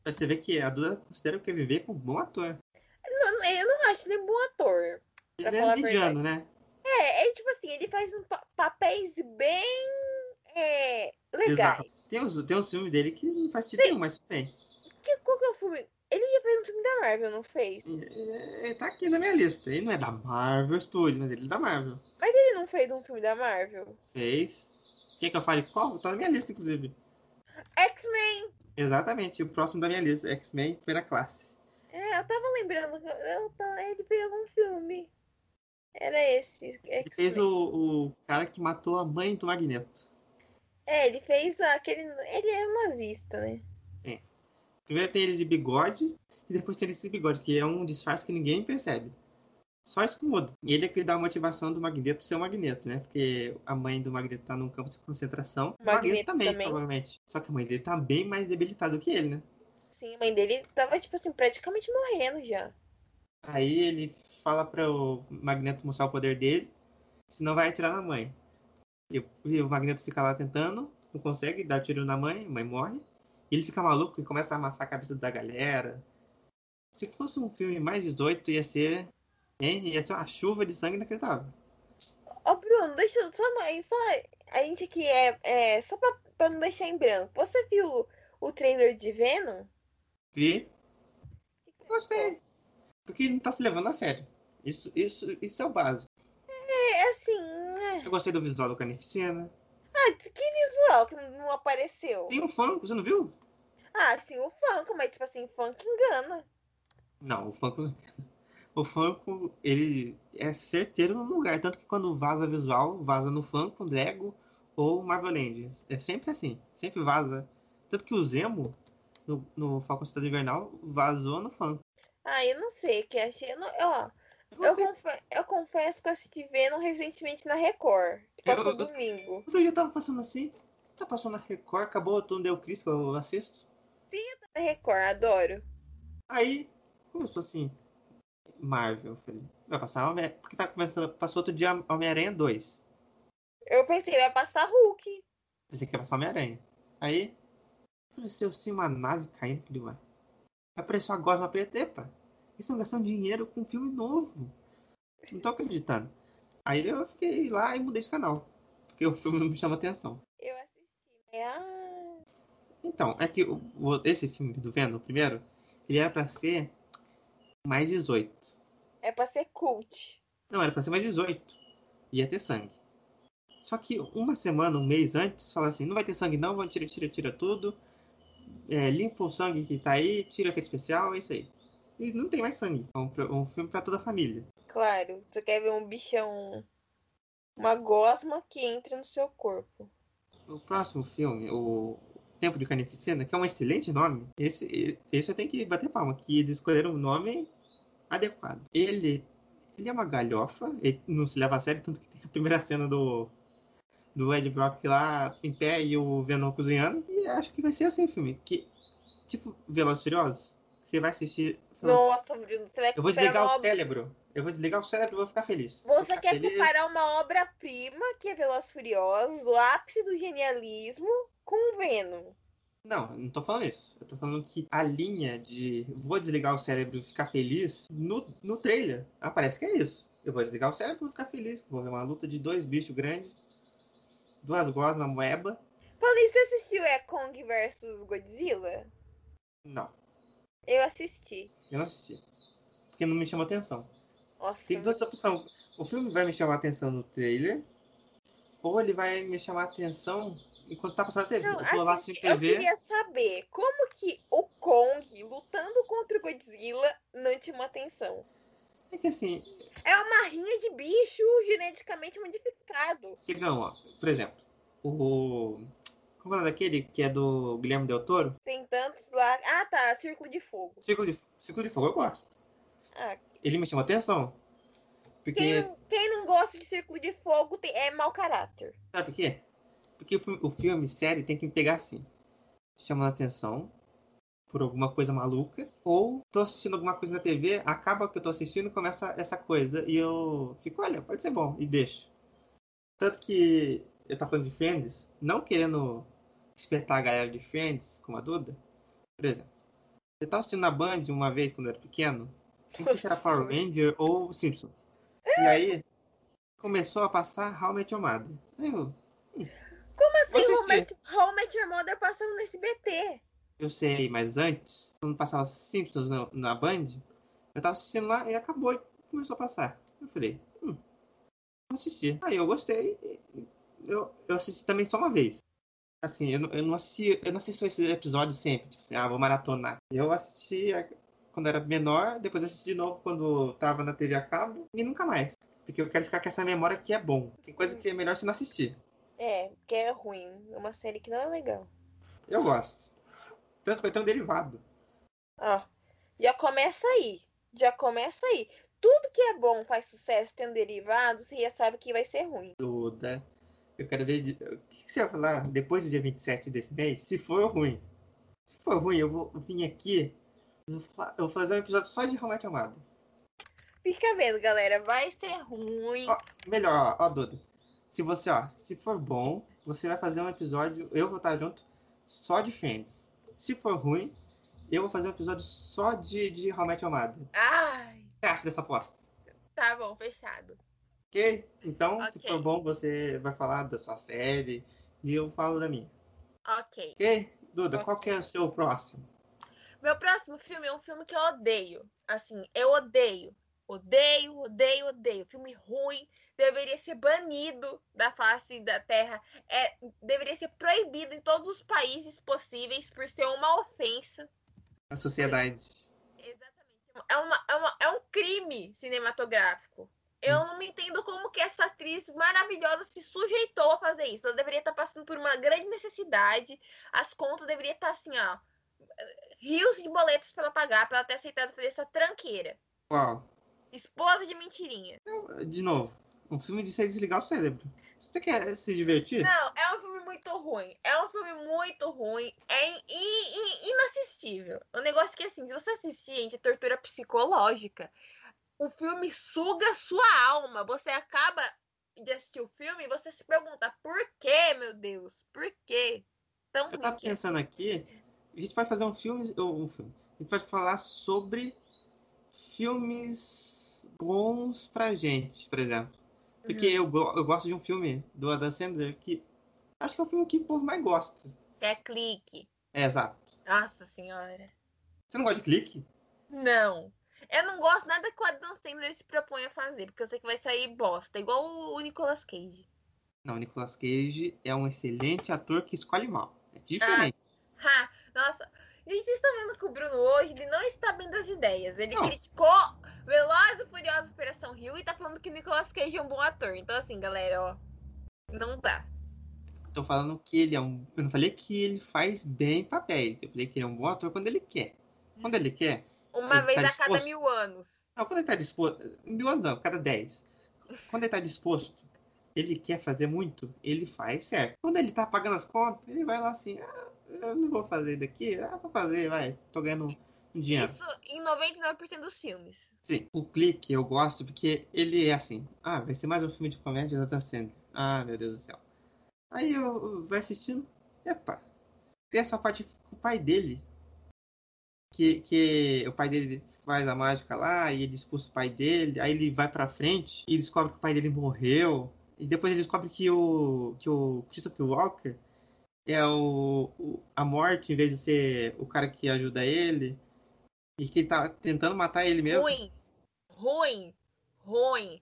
B: Pra você ver que a Duda considera o Kevin Bacon um bom ator.
A: Não- eu não acho ele um bom ator. Pra
B: Ele
A: falar a
B: é indiano, né?
A: É, é tipo assim, ele faz um pa- papéis bem é, legais.
B: Bizarro. Tem uns, tem uns filmes dele que não faz sentido nenhum, mas tem.
A: Que, qual que é o filme? Ele ia fazer um filme da Marvel, não fez?
B: É, é, tá aqui na minha lista. Ele não é da Marvel Studios, mas ele é da Marvel.
A: Mas ele não fez um filme da Marvel?
B: Fez. Quer que eu fale qual? Tá na minha lista, inclusive.
A: X-Men!
B: Exatamente, o próximo da minha lista, X-Men Primeira Classe.
A: É, eu tava lembrando. que eu- Eu, ta- ele fez algum filme. Era esse.
B: Ele fez
A: X-Men.
B: o, o cara que matou a mãe do Magneto.
A: É, ele fez aquele. Ele é nazista, né?
B: Primeiro tem ele de bigode, e depois tem ele sem bigode, que é um disfarce que ninguém percebe. Só isso que muda. E ele é que dá a motivação do Magneto ser o Magneto, né? Porque a mãe do Magneto tá num campo de concentração. O Magneto,
A: Magneto
B: também,
A: também.
B: provavelmente. Só que a mãe dele tá bem mais debilitada do que ele, né?
A: Sim, a mãe dele tava, tipo assim, praticamente morrendo já.
B: Aí ele fala para o Magneto mostrar o poder dele, senão vai atirar na mãe. E, o- e o Magneto fica lá tentando, não consegue, dá tiro na mãe, a mãe morre. E ele fica maluco e começa a amassar a cabeça da galera. Se fosse um filme mais 18, ia ser. Hein? Ia ser uma chuva de sangue inacreditável.
A: Ó, Bruno, deixa eu- só, mais- só. A gente aqui é. é só pra, pra não deixar em branco. Você viu o trailer de Venom?
B: Vi. Gostei. Porque não tá se levando a sério. Isso, isso, isso é o básico.
A: É assim. né?
B: Eu gostei do visual do Carnificina.
A: Ah, que visual que não apareceu.
B: Tem um Funko, você não viu?
A: Ah, sim, o funk, mas tipo assim, funk engana.
B: Não, o Funko. O Funko, ele é certeiro no lugar. Tanto que quando vaza visual, vaza no Funko, Lego ou Marvel Legends. É sempre assim. Sempre vaza. Tanto que o Zemo, no, no Falcon Cidade Invernal, vazou no Funko.
A: Ah, eu não sei o que achei. Eu não- ó,
B: Eu
A: eu,
B: gostei.
A: confe- eu confesso que eu assisti Venom recentemente na Record, que
B: Eu-
A: passou
B: eu-
A: domingo.
B: Outro dia eu tava passando assim. Tá passando na Record, acabou o turno, deu Cris, que eu assisto.
A: Na Record, adoro.
B: Aí começou assim, Marvel, eu falei, vai passar Homem porque tá começando, passou outro dia Homem-Aranha 2.
A: Eu pensei, vai passar Hulk.
B: Pensei que ia passar Homem-Aranha. Aí apareceu assim uma nave caindo, eu falei, ué. Apareceu a gosma preta, epa, eles estão gastando dinheiro com um filme novo. Não tô acreditando. Aí eu fiquei lá e mudei de canal, porque o filme não me chama atenção.
A: Eu assisti. né? Ah,
B: Então, é que o- o- esse filme do Venom, o primeiro, ele era pra ser mais 18.
A: é pra ser cult.
B: Não, era pra ser mais 18. Ia ter sangue. Só que uma semana, um mês antes, falaram assim: não vai ter sangue não, vamos tirar, tira, tira tudo. É, limpa o sangue que tá aí, tira efeito especial, é isso aí. E não tem mais sangue. É um, pro- um filme pra toda a família.
A: Claro, você quer ver um bichão, uma gosma que entra no seu corpo.
B: O próximo filme, o Tempo de Carnificina, que é um excelente nome, esse, esse eu tenho que bater palma, que eles escolheram um nome adequado. Ele, ele é uma galhofa, ele não se leva a sério, tanto que tem a primeira cena do, do Ed Brock lá em pé e o Venom cozinhando. E acho que vai ser assim o filme, que, tipo Velozes e Furiosos, você vai assistir... falando assim,
A: Nossa, Bruno, você vai
B: eu vou
A: comparar
B: desligar
A: uma
B: o
A: obra-
B: cérebro, tá eu vou desligar o cérebro e vou ficar feliz.
A: Você
B: Ficar
A: quer
B: feliz.
A: comparar uma obra-prima, que é Veloz e Furiosos, o ápice do genialismo, com Venom.
B: Não, eu não tô falando isso. Eu tô falando que a linha de vou desligar o cérebro e ficar feliz no, no trailer aparece que é isso. Eu vou desligar o cérebro e vou ficar feliz. Vou ver uma luta de dois bichos grandes, duas gosmas, uma moeba.
A: Falei, você assistiu é Kong versus Godzilla?
B: Não,
A: Eu assisti.
B: eu não assisti. Porque não me chamou atenção.
A: Nossa,
B: Tem duas opções. O filme vai me chamar atenção no trailer, ou ele vai me chamar atenção enquanto tá passando na TV.
A: Não,
B: eu vou lá
A: assim,
B: assistir
A: eu
B: TV.
A: queria saber como que o Kong lutando contra o Godzilla não te uma atenção.
B: É que assim,
A: É uma rinha de bicho geneticamente modificado.
B: Pegão, ó, por exemplo, o. Como é o nome daquele que é do Guilherme Del Toro?
A: Tem tantos lá. Ah, tá, Círculo de Fogo.
B: Círculo de, Círculo de Fogo eu gosto.
A: Ah,
B: Ele me chama atenção.
A: quem,
B: Porque.
A: não, quem não gosta de Círculo de Fogo tem- é mau caráter.
B: Sabe por quê? Porque o filme, o filme sério tem que me pegar assim. Chamando atenção por alguma coisa maluca. Ou tô assistindo alguma coisa na TV, acaba o que eu tô assistindo e começa essa coisa. E eu fico, olha, pode ser bom, e deixo. Tanto que eu tava falando de Friends, não querendo espetar a galera de Friends, como a Duda. Por exemplo, eu tava assistindo na Band uma vez quando eu era pequeno. Não sei se era Power Ranger ou Simpson. E aí começou a passar How I Met Your Mother. Aí eu,
A: Como assim
B: Vou
A: o
B: assistir.
A: Home Your Mother passando no SBT?
B: Eu sei, mas antes, quando passava Simpsons na, na Band, eu tava assistindo lá e acabou e começou a passar. Eu falei, hum, vou assistir. Aí eu gostei e eu, eu assisti também só uma vez. Assim, eu, não- eu não assisti, eu não assisto esses episódios sempre, tipo assim, ah, vou maratonar. Eu assisti a- quando era menor, depois assisti de novo quando tava na TV a cabo e nunca mais. Porque eu quero ficar com essa memória que é bom. Tem coisa que é melhor você não assistir.
A: É, que é ruim. É uma série que não é legal.
B: Eu gosto. Tanto que vai ter um derivado.
A: Ó, já começa aí. Já começa aí. Tudo que é bom faz sucesso tendo derivado, você já sabe que vai ser ruim.
B: Duda, né? eu quero ver. de- O que que você vai falar depois do dia 27 desse mês? Se for ruim. Se for ruim, eu vou vir aqui. Eu vou fa- eu vou fazer um episódio só de Romete Amado.
A: Fica vendo, galera. Vai ser ruim.
B: Ó. Melhor, ó, ó, Duda. Se você, ó, se for bom, você vai fazer um episódio. Eu vou estar junto só de Friends. Se for ruim, eu vou fazer um episódio só de, de Romete Amado. O que
A: Ai,
B: você acha dessa aposta?
A: tá bom, fechado.
B: Ok? Então, se
A: Ok.
B: for bom, você vai falar da sua série e eu falo da minha.
A: Ok.
B: Ok? Duda,
A: Ok.
B: qual que é o seu próximo?
A: Meu próximo filme é um filme que eu odeio. Assim, eu odeio. Odeio, odeio, odeio. Filme ruim. Deveria ser banido da face da terra. É, deveria ser proibido em todos os países possíveis por ser uma ofensa.
B: A sociedade.
A: Exatamente. É, uma, é, uma- é um crime cinematográfico. Eu não me entendo como que essa atriz maravilhosa se sujeitou a fazer isso. Ela deveria estar passando por uma grande necessidade. As contas deveriam estar assim, ó. Rios de boletos para ela pagar, para ela ter aceitado fazer essa tranqueira.
B: Qual?
A: Esposa de mentirinha.
B: De novo, um filme de você desligar o cérebro. Você quer se divertir?
A: Não, é um filme muito ruim. É um filme muito ruim. É in- in- in- inassistível. O negócio que, assim, se você assistir, gente, é tortura psicológica. O filme suga sua alma. Você acaba de assistir o filme e você se pergunta, por quê, meu Deus? Por quê? Tão
B: Eu tava
A: ruim que é.
B: pensando aqui, a gente pode fazer um filme, ou um filme. A gente pode falar sobre filmes bons pra gente, por exemplo.
A: Uhum.
B: Porque eu, go- eu gosto de um filme do Adam Sandler que acho que é o filme que o povo mais gosta.
A: É clique.
B: É, exato.
A: Nossa senhora.
B: Você não gosta de clique?
A: Não. Eu não gosto nada que o Adam Sandler se propõe a fazer, porque eu sei que vai sair bosta, igual o Nicolas Cage.
B: Não, o Nicolas Cage é um excelente ator que escolhe mal. É diferente.
A: Ha, nossa, Gente, vocês estão vendo que o Bruno hoje ele não está bem das ideias. Ele
B: Não.
A: criticou Veloz e Furioso Operação Rio e tá falando que Nicolas Cage é um bom ator. Então, assim, galera, ó. Não tá.
B: Tô falando que ele é um. Eu não falei que ele faz bem papéis. Eu falei que ele é um bom ator quando ele quer. Quando ele quer.
A: Uma
B: Ele
A: vez
B: tá
A: a cada
B: disposto.
A: mil anos.
B: Não, quando ele tá disposto. Mil anos não, cada dez. Quando ele tá disposto, ele quer fazer muito, ele faz certo. Quando ele tá pagando as contas, ele vai lá assim, ah, eu não vou fazer daqui, ah, vou fazer, vai. Tô ganhando um dinheiro.
A: Isso em 99% dos filmes.
B: Sim, o clique eu gosto porque ele é assim. Ah, vai ser mais um filme de comédia da Dan Sandler. Ah, meu Deus do céu. Aí eu- eu vai assistindo. Epa. Tem essa parte aqui com o pai dele. Que, que o pai dele faz a mágica lá e ele expulsa o pai dele. Aí ele vai pra frente e descobre que o pai dele morreu. E depois ele descobre que o, que o Christopher Walker é o, o- a morte em vez de ser o cara que ajuda ele. E que ele tá tentando matar ele mesmo.
A: Ruim. Ruim. Ruim.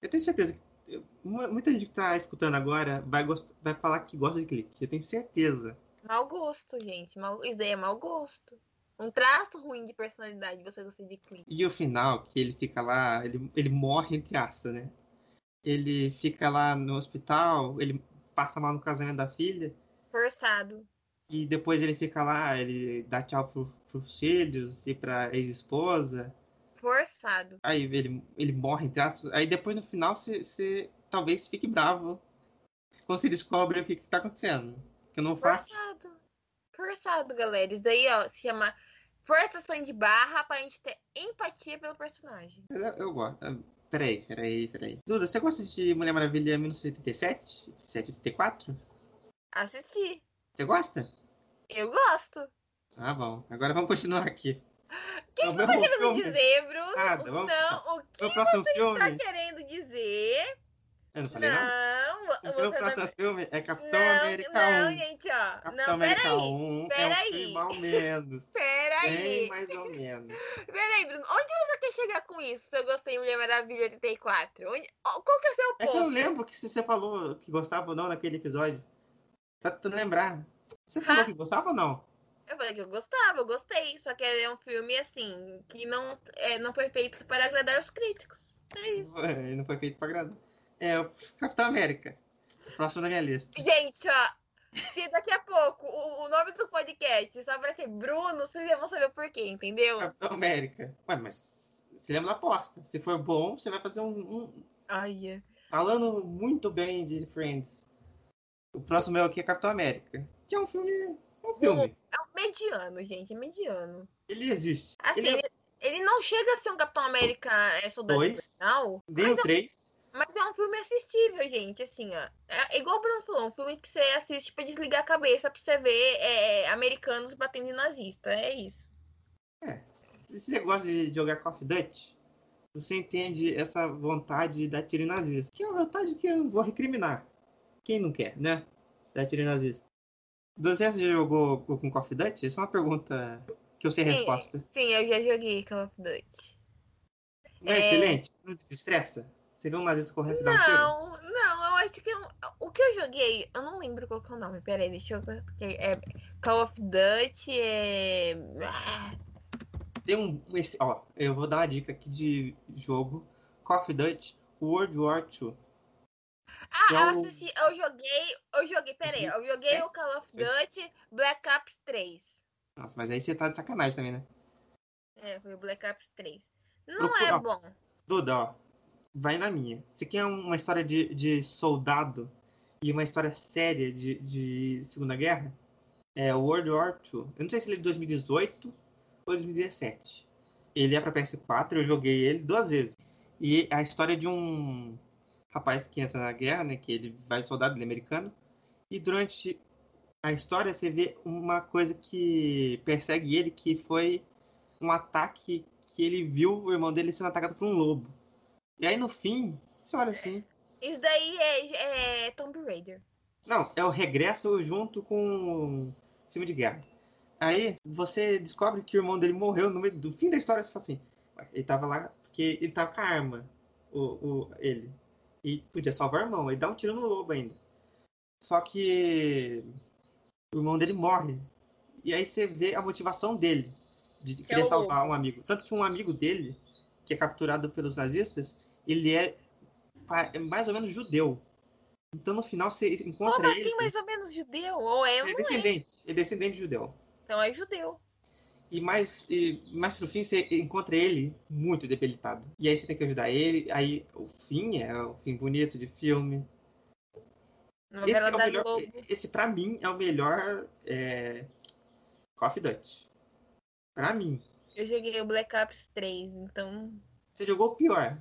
B: Eu tenho certeza que eu- mu- muita gente que tá escutando agora vai, gost- vai falar que gosta de clique. Eu tenho certeza.
A: Mau gosto, gente. Mau... Isso daí é mau gosto. Um traço ruim de personalidade você gosta de clique.
B: E o final, que ele fica lá, ele, ele morre, entre aspas, né? Ele fica lá no hospital, ele passa mal no casamento da filha,
A: Forçado.
B: e depois ele fica lá, ele dá tchau pro, pros filhos e pra ex-esposa.
A: Forçado.
B: Aí ele, ele morre, entre aspas. Aí depois no final você talvez fique bravo quando você descobre o que, que tá acontecendo. Que eu não faço.
A: Forçado. Forçado, galera. Isso daí, ó, se chama forçação de barra pra gente ter empatia pelo personagem.
B: Eu, eu gosto. Ah, Peraí, peraí, peraí. Duda, você gosta de Mulher Maravilha 1987? 784?
A: Assisti.
B: Você gosta?
A: Eu gosto.
B: Ah, bom. Agora vamos continuar aqui.
A: O que
B: É o
A: você tá
B: mesmo
A: querendo
B: filme.
A: dizer, Bruno?
B: Nada,
A: O-
B: vamos-
A: não, o que
B: Meu próximo filme.
A: tá querendo dizer?
B: Eu não falei nada?
A: Não,
B: O
A: você
B: meu
A: não
B: próximo filme é Capitão
A: não,
B: América
A: não,
B: 1.
A: gente, ó.
B: Capitão
A: não,
B: América
A: peraí.
B: 1 é um
A: peraí.
B: filme mal menos. Bem
A: Peraí.
B: mais ou menos.
A: Peraí, Bruno. Onde você quer chegar com isso? Se eu gostei de Mulher Maravilha 84? Onde... ó, Qual que é o seu
B: É que eu não
A: ponto?
B: lembro que se você falou que gostava ou não naquele episódio. Tá tentando lembrar. Você falou
A: Ah.
B: que gostava ou não?
A: Eu falei que eu gostava, eu gostei. Só que é um filme, assim, que não, é, não foi feito para agradar os críticos. É isso.
B: Ele não foi feito pra agradar. É o Capitão América. Próximo da minha lista.
A: Gente, ó. Se daqui a pouco o, o nome do podcast só vai ser Bruno, vocês já vão saber por quê, entendeu?
B: Capitão América. Ué, mas você lembra da aposta. Se for bom, você vai fazer um, um-
A: Ai, é.
B: Falando muito bem de Friends. O próximo meu aqui é Capitão América. Que é um filme. É um filme.
A: mediano, gente, é mediano.
B: Ele existe.
A: Assim,
B: Ele
A: ele,
B: é
A: ele não chega a ser um Capitão América é, soldado
B: Dois.
A: invernal,
B: nem o 3.
A: mas é um filme assistível, gente, assim, ó. É igual o Bruno falou, um filme que você assiste pra desligar a cabeça, pra você ver é, americanos batendo em nazista, é isso.
B: Se você gosta de jogar Call of Duty, você entende essa vontade da tiro em nazista. Que é uma vontade que eu não vou recriminar. Quem não quer, né? Da tiro em nazista. Você já jogou com Call of Duty? Isso é uma pergunta que eu sei a
A: Sim.
B: resposta.
A: Sim, eu já joguei Call of Duty.
B: Não é,
A: É.
B: excelente? Não te estressa? Você vê um nazista correndo e dá um tiro?
A: Não, não, eu acho que eu- o que eu joguei, eu não lembro qual que é o nome, peraí, deixa eu ver. É, Call of Duty é. ah,
B: Tem um. Esse, ó, eu vou dar uma dica aqui de jogo: Call of Duty World War II.
A: Ah,
B: Qual-
A: eu assisti, eu joguei, eu joguei, peraí, eu joguei o Call of Duty Black Ops 3.
B: Nossa, mas aí você tá de sacanagem também, né?
A: É, foi o Black Ops 3. Não
B: Procura-
A: é bom.
B: Duda, ó, vai na minha. Você quer um, uma história de, de soldado e uma história séria de, de Segunda Guerra? É World War II. Eu não sei se ele é de 2018 ou 2017. Ele é pra PS4, eu joguei ele duas vezes. E a história de um rapaz que entra na guerra, né? Que ele vai soldado, ele é americano. E durante a história você vê uma coisa que persegue ele, que foi um ataque que ele viu o irmão dele sendo atacado por um lobo. E aí no fim, você olha assim.
A: Isso daí é, é Tomb Raider.
B: Não, é o regresso junto com o filme de guerra. Aí você descobre que o irmão dele morreu no meio do fim da história. Você fala assim: "Ué, ele tava lá porque ele tava com a arma, o, o- ele. E podia salvar o irmão, ele dá um tiro no lobo ainda. Só que o irmão dele morre. E aí você vê a motivação dele de
A: é
B: querer
A: o-
B: salvar um amigo. Tanto que um amigo dele, que é capturado pelos nazistas, ele é pa- é mais ou menos judeu. Então no final você encontra
A: Como
B: ele.
A: assim, mais ou menos judeu? Ou é,
B: ele é descendente, é descendente judeu.
A: então é judeu.
B: E mais, e mais pro fim você encontra ele muito debilitado. E aí você tem que ajudar ele. Aí o fim é o fim bonito de filme.
A: Uma
B: esse,
A: novela
B: é o
A: da
B: melhor,
A: Globo.
B: esse pra mim é o melhor é, Coffee Dutch. Pra mim.
A: Eu joguei o Black Ops 3, então.
B: Você jogou o pior.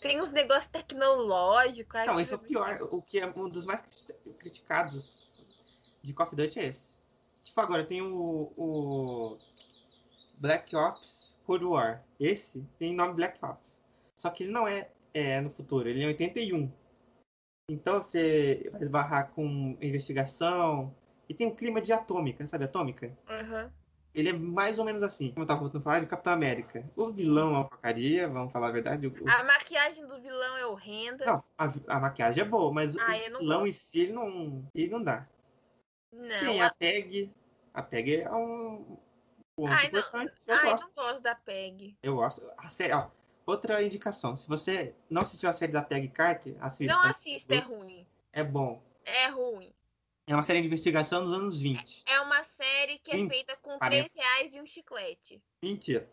A: Tem uns negócios tecnológicos. ai,
B: Não,
A: que
B: esse é o
A: eu-
B: pior. O que é um dos mais cri- criticados de Call of Duty é esse. Tipo, agora tem o, o Black Ops Cold War. Esse tem nome Black Ops. Só que ele não é, é no futuro, ele é em 81. Então você vai esbarrar com investigação. E tem um clima de atômica, sabe? Atômica?
A: Aham.
B: Ele é mais ou menos assim. Como eu tava voltando a falar de Capitão América. O vilão é uma porcaria, vamos falar a verdade. o- o-
A: A maquiagem do vilão é horrenda.
B: não, a, vi- a maquiagem é boa, mas
A: Ah, eu
B: o
A: não
B: vilão em si ele não, ele não dá.
A: Não,
B: Tem
A: a-
B: a PEG. A PEG é um ponto
A: Ai, não.
B: importante. Eu
A: ai,
B: gosto.
A: não gosto da PEG.
B: Eu gosto. A série, ó, outra indicação. Se você não assistiu a série da PEG Carter, assista.
A: Não assista, é
B: Isso.
A: ruim.
B: É bom.
A: É ruim.
B: É uma série de investigação dos anos 20.
A: É uma série que é
B: Sim,
A: feita com
B: parece.
A: 3 reais e um chiclete.
B: Mentira.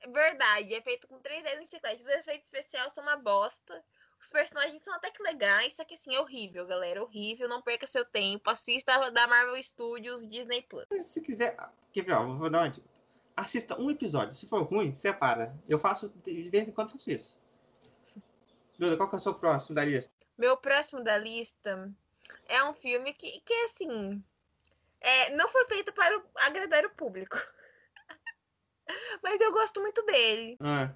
A: É verdade, é feito com 3 reais e um chiclete. Os efeitos especiais são uma bosta. Os personagens são até que legais, só que assim, é horrível, galera. Horrível, não perca seu tempo. Assista a da Marvel Studios Disney Plus.
B: Mas se quiser. ah, Quer ver, ó, vou dar uma dica. Assista um episódio. Se for ruim, separa. Eu faço, de vez em quando faço isso. Duda, qual que é o seu próximo da lista?
A: Meu próximo da lista é um filme que, que assim. é, não foi feito para o- agradar o público. Mas eu gosto muito dele.
B: Ah,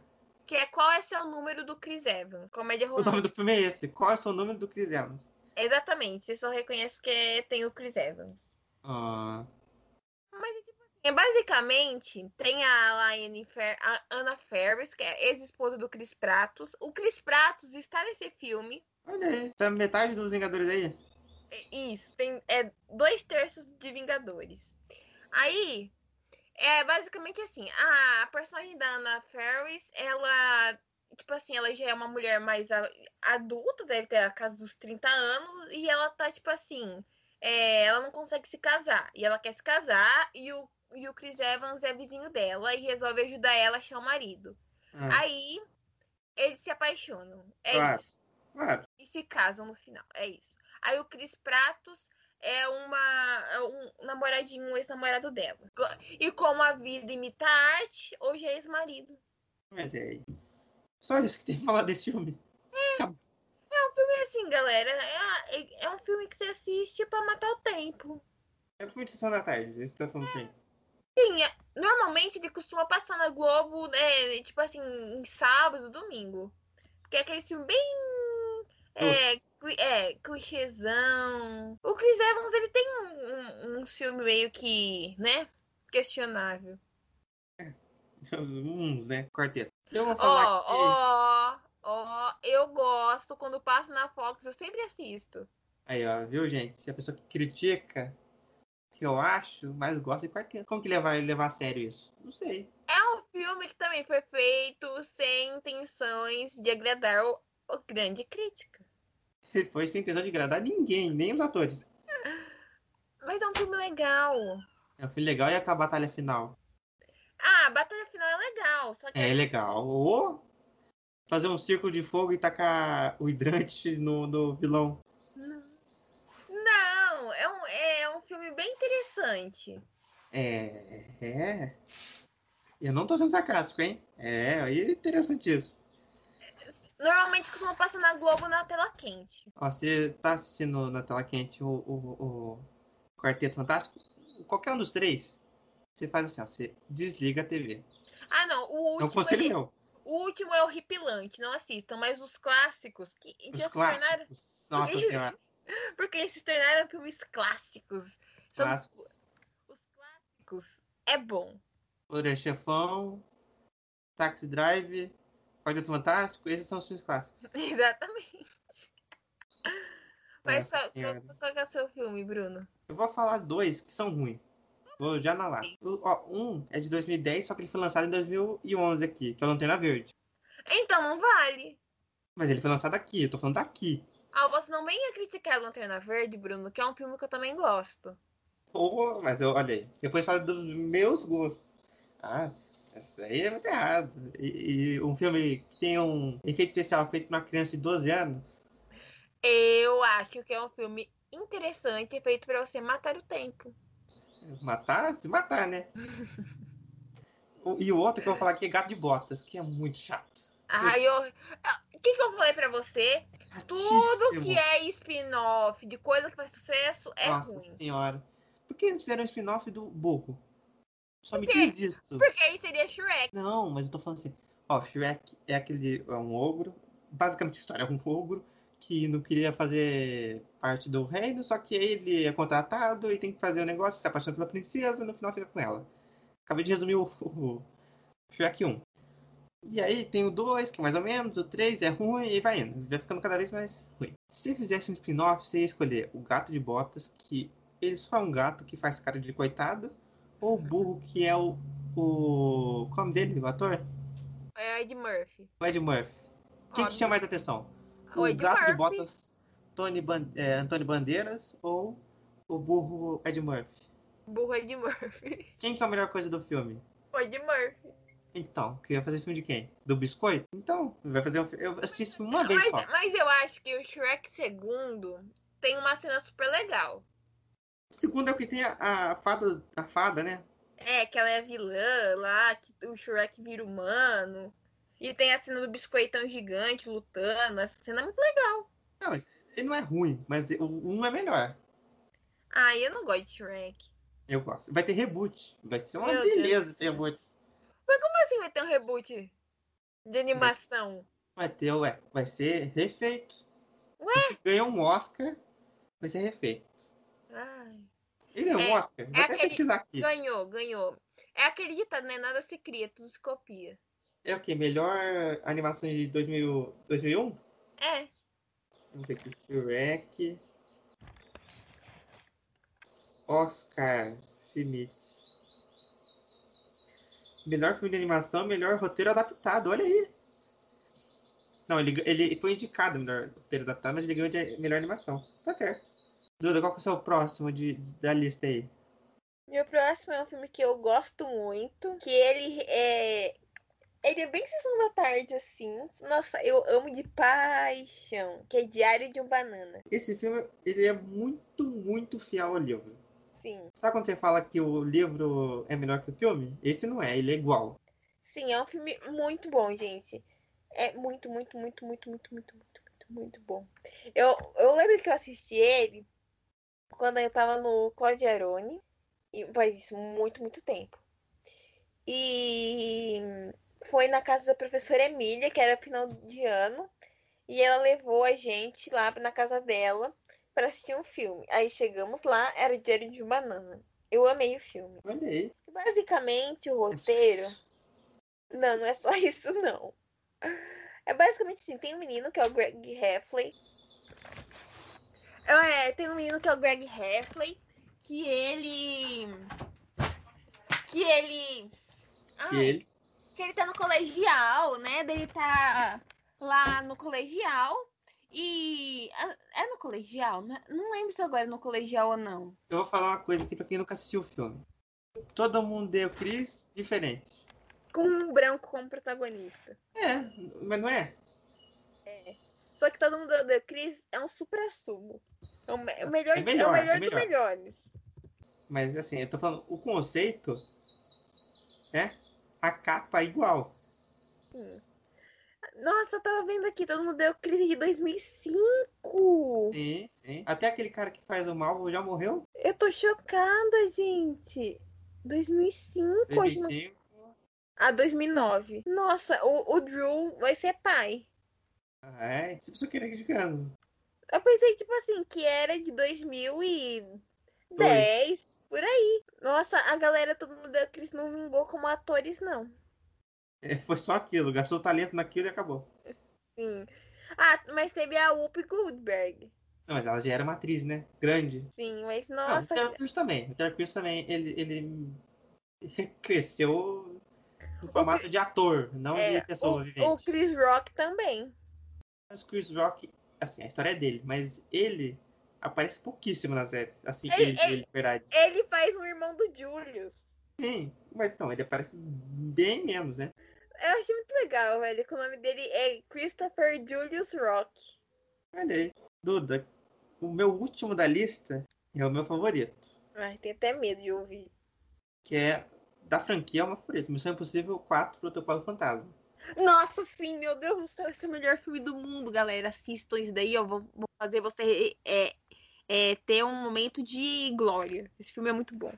A: Que é Qual é seu número do Chris Evans? Comédia
B: o nome
A: romântica.
B: do filme é esse. Qual é o seu nome do Chris Evans?
A: Exatamente, você só reconhece porque tem o Chris Evans.
B: Ah,
A: Mas é tipo assim, é basicamente tem a Laine Fer a Anna Ferris, que é ex-esposa do Chris Pratos. O Chris Pratos está nesse filme.
B: olha aí. Tá metade dos Vingadores aí?
A: É Isso, tem é, dois terços de Vingadores. Aí, é basicamente assim, a personagem da Anna Ferris, ela, tipo assim, ela já é uma mulher mais a- adulta, deve ter a casa dos 30 anos, e ela tá, tipo assim, é, ela não consegue se casar, e ela quer se casar, e o, e o Chris Evans é vizinho dela, e resolve ajudar ela a achar o marido.
B: Ah,
A: Aí, eles se apaixonam, é
B: Claro.
A: isso
B: claro.
A: e se casam no final. É isso. Aí o Cris Pratos é uma é um namoradinho, um ex-namorado dela. Go- E como a vida imita a arte, hoje é ex-marido.
B: Mas é aí. Só isso que tem que falar desse filme.
A: E assim, galera, é, a- é- é um filme que você assiste pra matar o tempo.
B: É filme de sessão da tarde. Esse tá falando assim.
A: Sim, é- normalmente ele costuma passar na Globo, né, tipo assim, em sábado, domingo. Porque é aquele filme bem. É, cli- é, clichêzão. O Chris Evans, ele tem um, um, um filme meio que, né? Questionável.
B: Uns, né? Quarteto. Eu vou falar aqui.
A: Ó, ó, ó, eu gosto. Quando passo na Fox, eu sempre assisto.
B: Aí, ó, viu, gente? A pessoa que critica, que eu acho, mas gosta de quarteto. Como que ele vai levar a sério isso? Não sei.
A: É um filme que também foi feito sem intenções de agradar o, o grande crítica.
B: Foi sem intenção de agradar ninguém, nem os atores.
A: Mas é um filme legal.
B: É um filme legal e aquela batalha final.
A: Ah, a Batalha Final é legal, só que
B: É legal. Ou fazer um círculo de fogo e tacar o hidrante no, no vilão.
A: não, é um, é um filme bem interessante.
B: É, é. Eu não tô sendo sarcástico, hein? É, aí é interessantíssimo.
A: Normalmente costuma passar na Globo na tela quente.
B: Ó, você tá assistindo na tela quente o, o, o Quarteto Fantástico? Qualquer um dos três, você faz assim, ó, você desliga a TV.
A: Ah, não, o
B: Não
A: último,
B: um conselho
A: ele-
B: meu.
A: o último é horripilante, não assistam, mas os clássicos que
B: Os
A: já se tornaram
B: clássicos. Nossa
A: Eles-
B: senhora.
A: Porque eles se tornaram filmes clássicos. São
B: Clássicos.
A: Os clássicos é bom.
B: Poder Chefão, Taxi Drive, Quarteto Fantástico, esses são os filmes clássicos.
A: Exatamente. Mas
B: Nossa
A: só,
B: Senhora.
A: qual, qual que é o seu filme, Bruno?
B: Eu vou falar dois que são ruins. Vou já na lata. O- ó, um é de 2010, só que ele foi lançado em 2011 aqui, que é o Lanterna Verde.
A: Então não vale.
B: Mas ele foi lançado aqui, eu tô falando daqui.
A: Ah, você não venha criticar Lanterna Verde, Bruno, que é um filme que eu também gosto.
B: Pô, mas eu, olha aí, depois fala dos meus gostos. Ah, isso aí é muito errado. E, e um filme que tem um efeito especial feito pra uma criança de 12 anos,
A: Eu acho que é um filme interessante, feito pra você matar o tempo.
B: matar, se matar, né? O- e o outro que eu vou falar aqui é Gato de Botas, que é muito chato.
A: Ai, eu... Ah, O que, que eu falei pra você? Tudo
B: Chatíssimo.
A: que é spin-off de coisa que faz sucesso é
B: Nossa
A: ruim.
B: senhora. Por que não fizeram um spin-off do Boco? Só me
A: Por quê?
B: diz isso.
A: Porque aí seria Shrek.
B: Não, mas eu tô falando assim. Ó, Shrek é aquele. É um ogro. Basicamente, a história é um ogro que não queria fazer parte do reino, só que ele é contratado e tem que fazer o negócio, se apaixona pela princesa e no final fica com ela. Acabei de resumir o, o Shrek 1. E aí tem o 2, que é mais ou menos, o 3 é ruim e vai indo. Vai ficando cada vez mais ruim. Se fizesse um spin-off, você ia escolher o gato de botas, que ele só é um gato que faz cara de coitado, ou o burro, que é o o. Qual é o nome dele, o ator?
A: É Ed Murphy.
B: O Ed Murphy. Quem
A: Ó,
B: que chama mais atenção? O
A: Ed
B: gato de
A: Murphy.
B: botas Tony Ban- é, Antônio Bandeiras ou o burro Ed Murphy?
A: Burro Ed Murphy.
B: Quem que é a melhor coisa do filme?
A: O Ed Murphy.
B: Então, queria fazer filme de quem? Do Biscoito? Então, vai fazer um fi- Eu assisti esse filme uma vez
A: Mas,
B: só.
A: mas eu acho que o Shrek segundo tem uma cena super legal.
B: O segundo é o que tem a, a fada, a fada, né?
A: É, que ela é vilã lá, que o Shrek vira humano. E tem a cena do biscoitão gigante lutando. Essa cena é muito legal.
B: Não, mas ele não é ruim, mas o um é melhor.
A: Ah, eu não gosto de Shrek.
B: Eu gosto. Vai ter reboot. Vai ser uma
A: Meu Deus
B: beleza
A: do
B: esse
A: céu.
B: reboot.
A: Como assim vai ter um reboot de animação?
B: Vai ter, ué, vai ser refeito.
A: Ué?
B: Se Ganhou um Oscar, vai ser refeito.
A: Ai,
B: Ele ganhou um
A: É,
B: Oscar? Vou até
A: aquele-
B: pesquisar aqui.
A: ganhou, ganhou. É aquele ditado, né? Nada se cria, tudo se copia.
B: É o quê? Melhor animação de 2000, 2001?
A: É,
B: Vamos ver aqui. Shrek. Oscar. Schmidt. Melhor filme de animação, melhor roteiro adaptado. Olha aí. Não, ele, ele foi indicado melhor roteiro adaptado, mas ele ganhou de melhor animação. Tá certo. Duda, qual que é o seu próximo de, da lista aí?
A: Meu próximo é um filme que eu gosto muito, que ele é. Ele é bem sessão da tarde, assim. Nossa, eu amo de paixão. Que é Diário de um Banana.
B: Esse filme, ele é muito, muito fiel ao livro.
A: Sim.
B: Sabe quando você fala que o livro é melhor que o filme? Esse não é, ele é igual.
A: Sim, é um filme muito bom, gente. É muito, muito, muito, muito, muito, muito, muito, muito, muito bom. Eu, eu lembro que eu assisti ele quando eu tava no Claudio Arone. E faz isso muito, muito tempo. E foi na casa da professora Emília, que era final de ano. E ela levou a gente lá na casa dela pra assistir um filme. Aí chegamos lá, era Diário de uma Banana. Eu amei o filme.
B: Olha aí.
A: Basicamente, o roteiro. Não, não é só isso, não. É basicamente assim, tem um menino que é o Greg Heffley. É, tem um menino que é o Greg Heffley, que ele. Que ele.
B: Que
A: Ai,
B: ele,
A: que ele tá no colegial, né? Daí Ele tá lá no colegial. E. ah, É no colegial? né? Não lembro se agora é no colegial ou não.
B: eu vou falar uma coisa aqui pra quem nunca assistiu o filme. Todo mundo deu Chris diferente.
A: Com um branco como protagonista.
B: É, mas não é?
A: Só que tá todo mundo odeia o Chris é um supra sumo. É o, me- é o melhor,
B: É
A: é
B: melhor,
A: o melhor
B: é
A: dos
B: melhor.
A: melhores.
B: Mas assim, eu tô falando, o conceito é a capa é igual.
A: Sim. Nossa, eu tava vendo aqui, todo mundo deu Chris de 2005.
B: Sim, sim. Até aquele cara que faz o mal já morreu.
A: Eu tô chocada, gente. 2005, hoje não...
B: 35.
A: Ah, 2009. Nossa, o, o Drew vai ser pai.
B: Ah, é, se você querer criticando.
A: Eu pensei, tipo assim, que era de 2010, por aí. Nossa, a galera, todo mundo deu Chris não vingou como atores, não.
B: É, foi só aquilo, gastou o talento naquilo e acabou.
A: Sim. Ah, mas teve a Whoopi Goldberg.
B: Não, mas ela já era uma atriz, né? Grande.
A: Sim, mas
B: Não, então, o
A: nossa.
B: Terry Crews também. O Terry Crews também, ele, ele cresceu no formato de ator, não
A: é,
B: de pessoa vivente.
A: o, o Chris Rock também.
B: Mas o Chris Rock, assim, a história é dele, mas ele aparece pouquíssimo na série. Assim,
A: Ele-
B: ele, ele,
A: ele-
B: de verdade.
A: Ele faz o irmão do Julius.
B: Sim, mas não, ele aparece bem menos, né?
A: Eu achei muito legal, velho. Que o nome dele é Christopher Julius Rock.
B: Olha aí. Duda, o meu último da lista é o meu favorito.
A: Ai, tenho até medo de ouvir.
B: Que é da franquia é o meu favorito. Missão Impossível 4 Protocolo Fantasma.
A: Nossa, sim, meu Deus do céu, esse é o melhor filme do mundo, galera. Assistam isso daí, ó. Vou, vou fazer você é, é, ter um momento de glória. Esse filme é muito bom.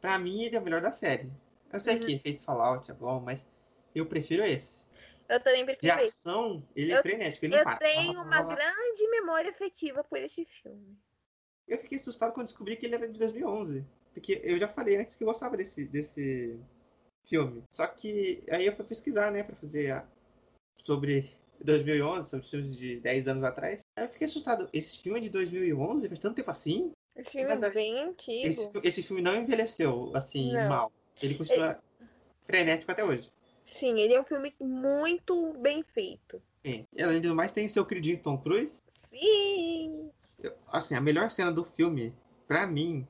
B: Pra mim, ele é o melhor da série. Eu sei
A: Uhum.
B: que efeito Fallout é bom, mas eu prefiro esse.
A: Eu também
B: De
A: prefiro esse.
B: ação, ele é
A: Eu-
B: frenético, ele
A: Eu
B: empata.
A: tenho uma grande memória afetiva por esse filme.
B: Eu fiquei assustado quando descobri que ele era de 2011. Porque eu já falei antes que eu gostava desse, desse filme. Só que aí eu fui pesquisar, né, pra fazer a- sobre 2011, sobre filmes de 10 anos atrás. Aí eu fiquei assustado. Esse filme é de 2011? Faz tanto tempo assim?
A: Esse filme
B: Mas
A: é
B: a-
A: bem
B: Esse,
A: antigo.
B: fi- esse filme não envelheceu, assim,
A: Não.
B: mal. Ele continua frenético até hoje.
A: Sim, ele é um filme muito bem feito.
B: Sim. E além do mais, tem o seu queridinho Tom Cruise.
A: Sim!
B: Eu- assim, a melhor cena do filme, pra mim,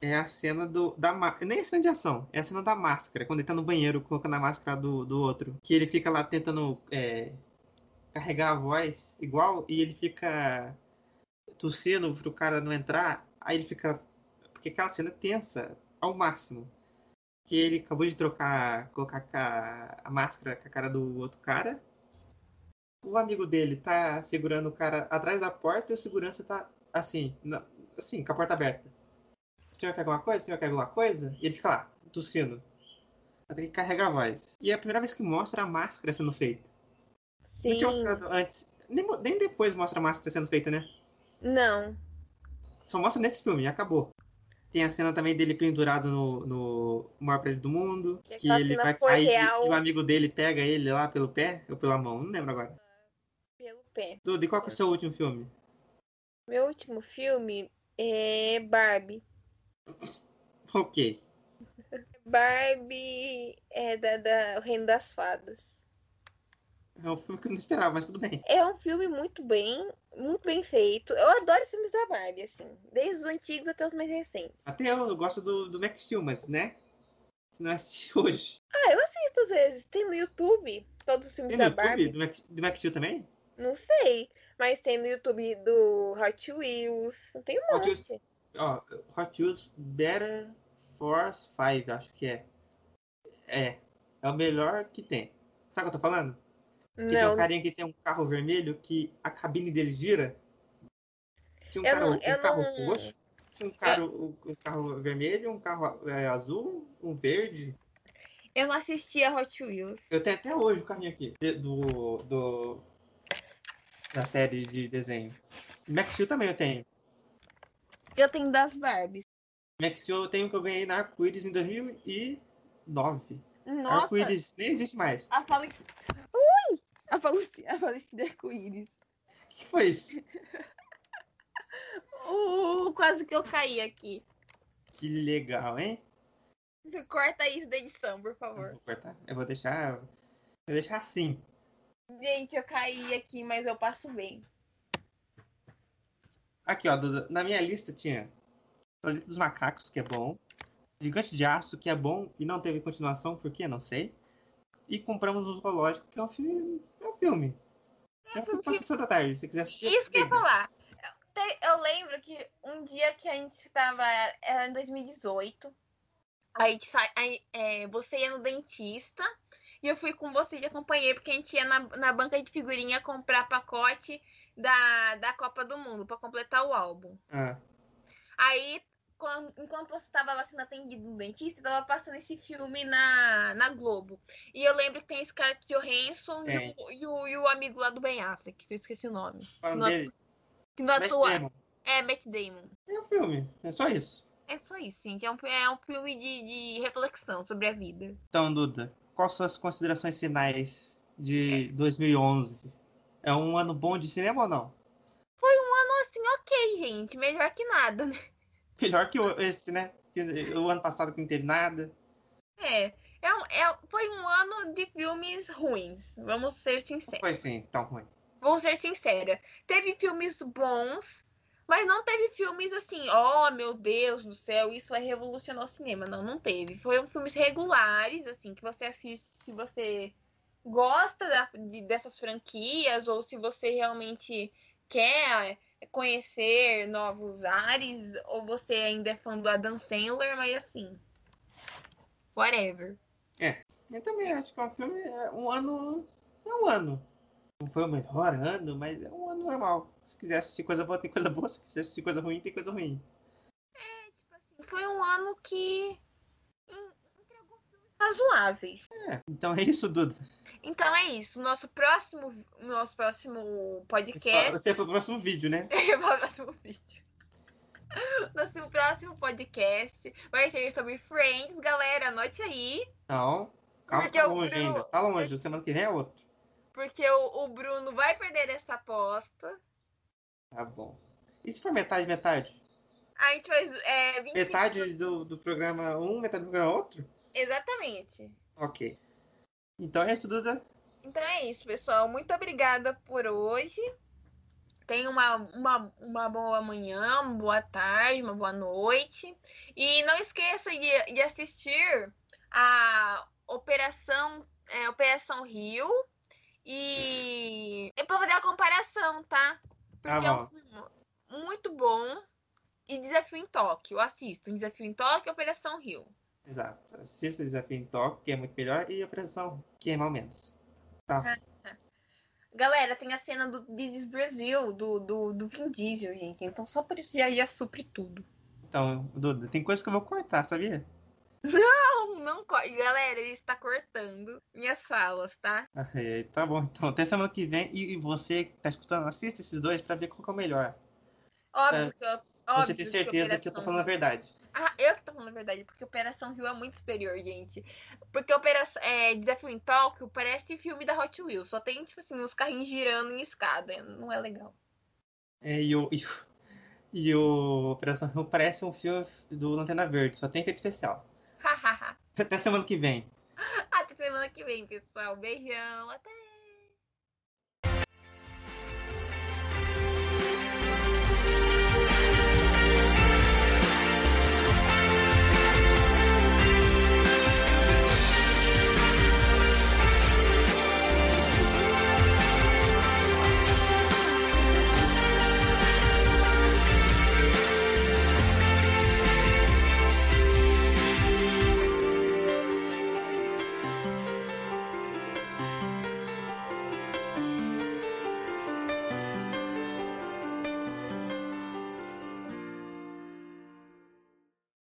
B: é a cena do. Da, ma- nem a cena de ação, é a cena da máscara, quando ele tá no banheiro colocando a máscara do, do outro. Que ele fica lá tentando é, carregar a voz igual e ele fica tossindo pro cara não entrar. Aí ele fica. Porque aquela cena é tensa ao máximo. Que ele acabou de trocar, colocar ca- a máscara com a cara do outro cara. O amigo dele tá segurando o cara atrás da porta e o segurança tá assim, na- assim, com a porta aberta. O senhor quer alguma coisa? O senhor quer alguma coisa? E ele fica lá, tossindo. Até que carrega a voz. E é a primeira vez que mostra a máscara sendo feita. Não
A: Sim.
B: tinha mostrado antes. Nem, mo- nem depois mostra a máscara sendo feita, né?
A: Não.
B: Só mostra nesse filme, e acabou. Tem a cena também dele pendurado no, no maior prédio do mundo.
A: Que
B: Que,
A: aquela
B: ele
A: cena
B: vai
A: foi
B: cair
A: real.
B: e o amigo dele pega ele lá pelo pé ou pela mão, não lembro agora.
A: Pelo pé.
B: Duda, e qual que é o seu último filme?
A: Meu último filme é Barbie.
B: Ok.
A: Barbie é da, da- O Reino das Fadas.
B: É um filme que eu não esperava, mas tudo bem.
A: É um filme muito bem, muito bem feito. Eu adoro os filmes da Barbie, assim. Desde os antigos até os mais recentes.
B: Até eu, eu gosto do, do Max Steel, mas, né? Se não assistir hoje.
A: Ah, eu assisto às vezes. Tem no YouTube todos os filmes
B: Tem no
A: da
B: YouTube
A: Barbie.
B: do Max, do Max Steel também?
A: Não sei. Mas tem no YouTube do Hot Wheels. Tem um
B: Hot Wheels. é um
A: monte.
B: Ó, Hot Wheels Better Force 5, acho que é. É. É o melhor que tem. Sabe o que eu tô falando? Que tem um
A: Não,
B: carinha que tem um carro vermelho que a cabine dele gira. Tinha um,
A: Eu
B: carro,
A: não-
B: um
A: eu
B: carro
A: não-
B: roxo, tinha um carro, um carro vermelho, um carro é, azul, um verde.
A: eu não assisti a Hot Wheels.
B: Eu tenho até hoje o carrinho aqui. de- Do. do da série de desenho. Max Steel também eu tenho.
A: Eu tenho das Barbies.
B: Max Steel eu tenho que eu ganhei na Arco-Íris em 2009.
A: Nossa,
B: Arco-Íris nem existe mais.
A: a falecida... Ui! A falecida, a falecida arco-íris.
B: O que foi isso?
A: Uh, quase que eu caí aqui.
B: Que legal, hein?
A: Corta isso da edição, por
B: Eu
A: favor.
B: vou cortar. Eu vou deixar. Eu vou deixar assim.
A: Gente, eu caí aqui, mas eu passo bem.
B: Aqui, ó, Duda. Na minha lista tinha Planeta dos Macacos, que é bom. Gigante de Aço, que é bom e não teve continuação, por quê? Não sei. E compramos o Zoológico, que é um filme. É um filme. É um filme pra sessão da tarde, se você quiser assistir.
A: Isso que é eu ia
B: liga.
A: falar. Eu, te- eu lembro que um dia que a gente tava. Era em 2018. Aí, a gente sai- aí, é, você ia no dentista. E eu fui com você e te acompanhei, porque a gente ia na, na banca de figurinha comprar pacote da, da Copa do Mundo pra completar o álbum.
B: Ah,
A: Aí, quan- enquanto você estava lá sendo atendido no dentista, tava passando esse filme na, na Globo. E eu lembro que tem Scarlett Johansson e,
B: Tem.
A: o, e, o, e o amigo lá do Ben Affleck, que eu esqueci o nome.
B: falando
A: Não
B: dele,
A: Que não
B: Matt
A: atua.
B: Damon.
A: É, Matt Damon.
B: É um filme, é só isso.
A: É só isso, gente. É um, é um filme de, de reflexão sobre a vida.
B: Então, Duda, quais são as considerações finais de 2011? É um ano bom de cinema ou não?
A: Então, assim, Ai, gente, melhor que nada, né?
B: Melhor que o- esse, né? Que O ano passado que não teve nada.
A: É. É, um- é- foi um ano de filmes ruins, vamos ser
B: Não
A: sinceros.
B: foi assim tão ruim.
A: Vou ser sincera. Teve filmes bons, mas não teve filmes assim, ó, meu Deus do céu, isso é revolucionou o cinema. Não, não teve. Foram filmes regulares, assim, que você assiste se você gosta da- de- dessas franquias ou se você realmente quer eh, conhecer novos ares ou você ainda é fã do Adam Sandler, mas assim, whatever.
B: Eu também acho que é um filme. é Um ano. É um ano. Não foi o melhor ano, mas é um ano normal. Se quiser assistir coisa boa, tem coisa boa. Se quiser assistir coisa ruim, tem coisa ruim.
A: Tipo assim, foi um ano que en- entregou filmes razoáveis.
B: Então é isso, Duda.
A: Então é isso. Nosso próximo, nosso próximo podcast.
B: Você foi pro próximo vídeo, né?
A: Eu vou ao próximo vídeo. Nosso próximo podcast vai ser sobre Friends, galera. Anote aí.
B: Não. Calma,
A: Porque
B: tá
A: o
B: longe
A: Bruno-
B: ainda. Tá longe. Semana que vem é outro.
A: Porque o, o Bruno vai perder essa aposta.
B: Tá bom. E se for metade, metade?
A: A gente vai. É, 25
B: Metade do, do programa um, metade do programa outro?
A: Exatamente.
B: Ok. Então é isso, Duda.
A: Então é isso, pessoal. Muito obrigada por hoje. Tenha uma, uma, uma boa manhã, uma boa tarde, uma boa noite. E não esqueça de, de assistir a Operação, é, Operação Rio. E é pra fazer a comparação, tá?
B: Tá
A: Porque é um
B: bom.
A: filme muito bom. E Desafio em Tóquio. Assistam. Desafio em Tóquio e Operação Rio.
B: Exato. Assista o Desafio em Tóquio, que é muito melhor, e a Operação, que é mal menos. Tá.
A: Galera, tem a cena do This is Brasil, do, do, do Vin Diesel, gente. Então só por isso já, já supre tudo.
B: Então, Duda, tem coisa que eu vou cortar, sabia?
A: Não, não corte. Galera, ele está cortando minhas falas, tá?
B: Ah, é, tá bom, então. Até semana que vem. E e você que tá escutando, assista esses dois pra ver qual que é o melhor.
A: Óbvio que. Óbvio
B: É, você tem certeza que, eu tô falando a verdade.
A: Ah, eu que tô falando a verdade, porque Operação Rio é muito superior, gente. Porque Operação, é, Desafio em Tóquio parece filme da Hot Wheels. Só tem, tipo assim, uns carrinhos girando em escada. Não é legal.
B: É, e o. E o... E o Operação Rio parece um filme do Lanterna Verde, só tem efeito especial.
A: Hahaha.
B: Até semana que vem.
A: Até semana que vem, pessoal. Beijão. Até.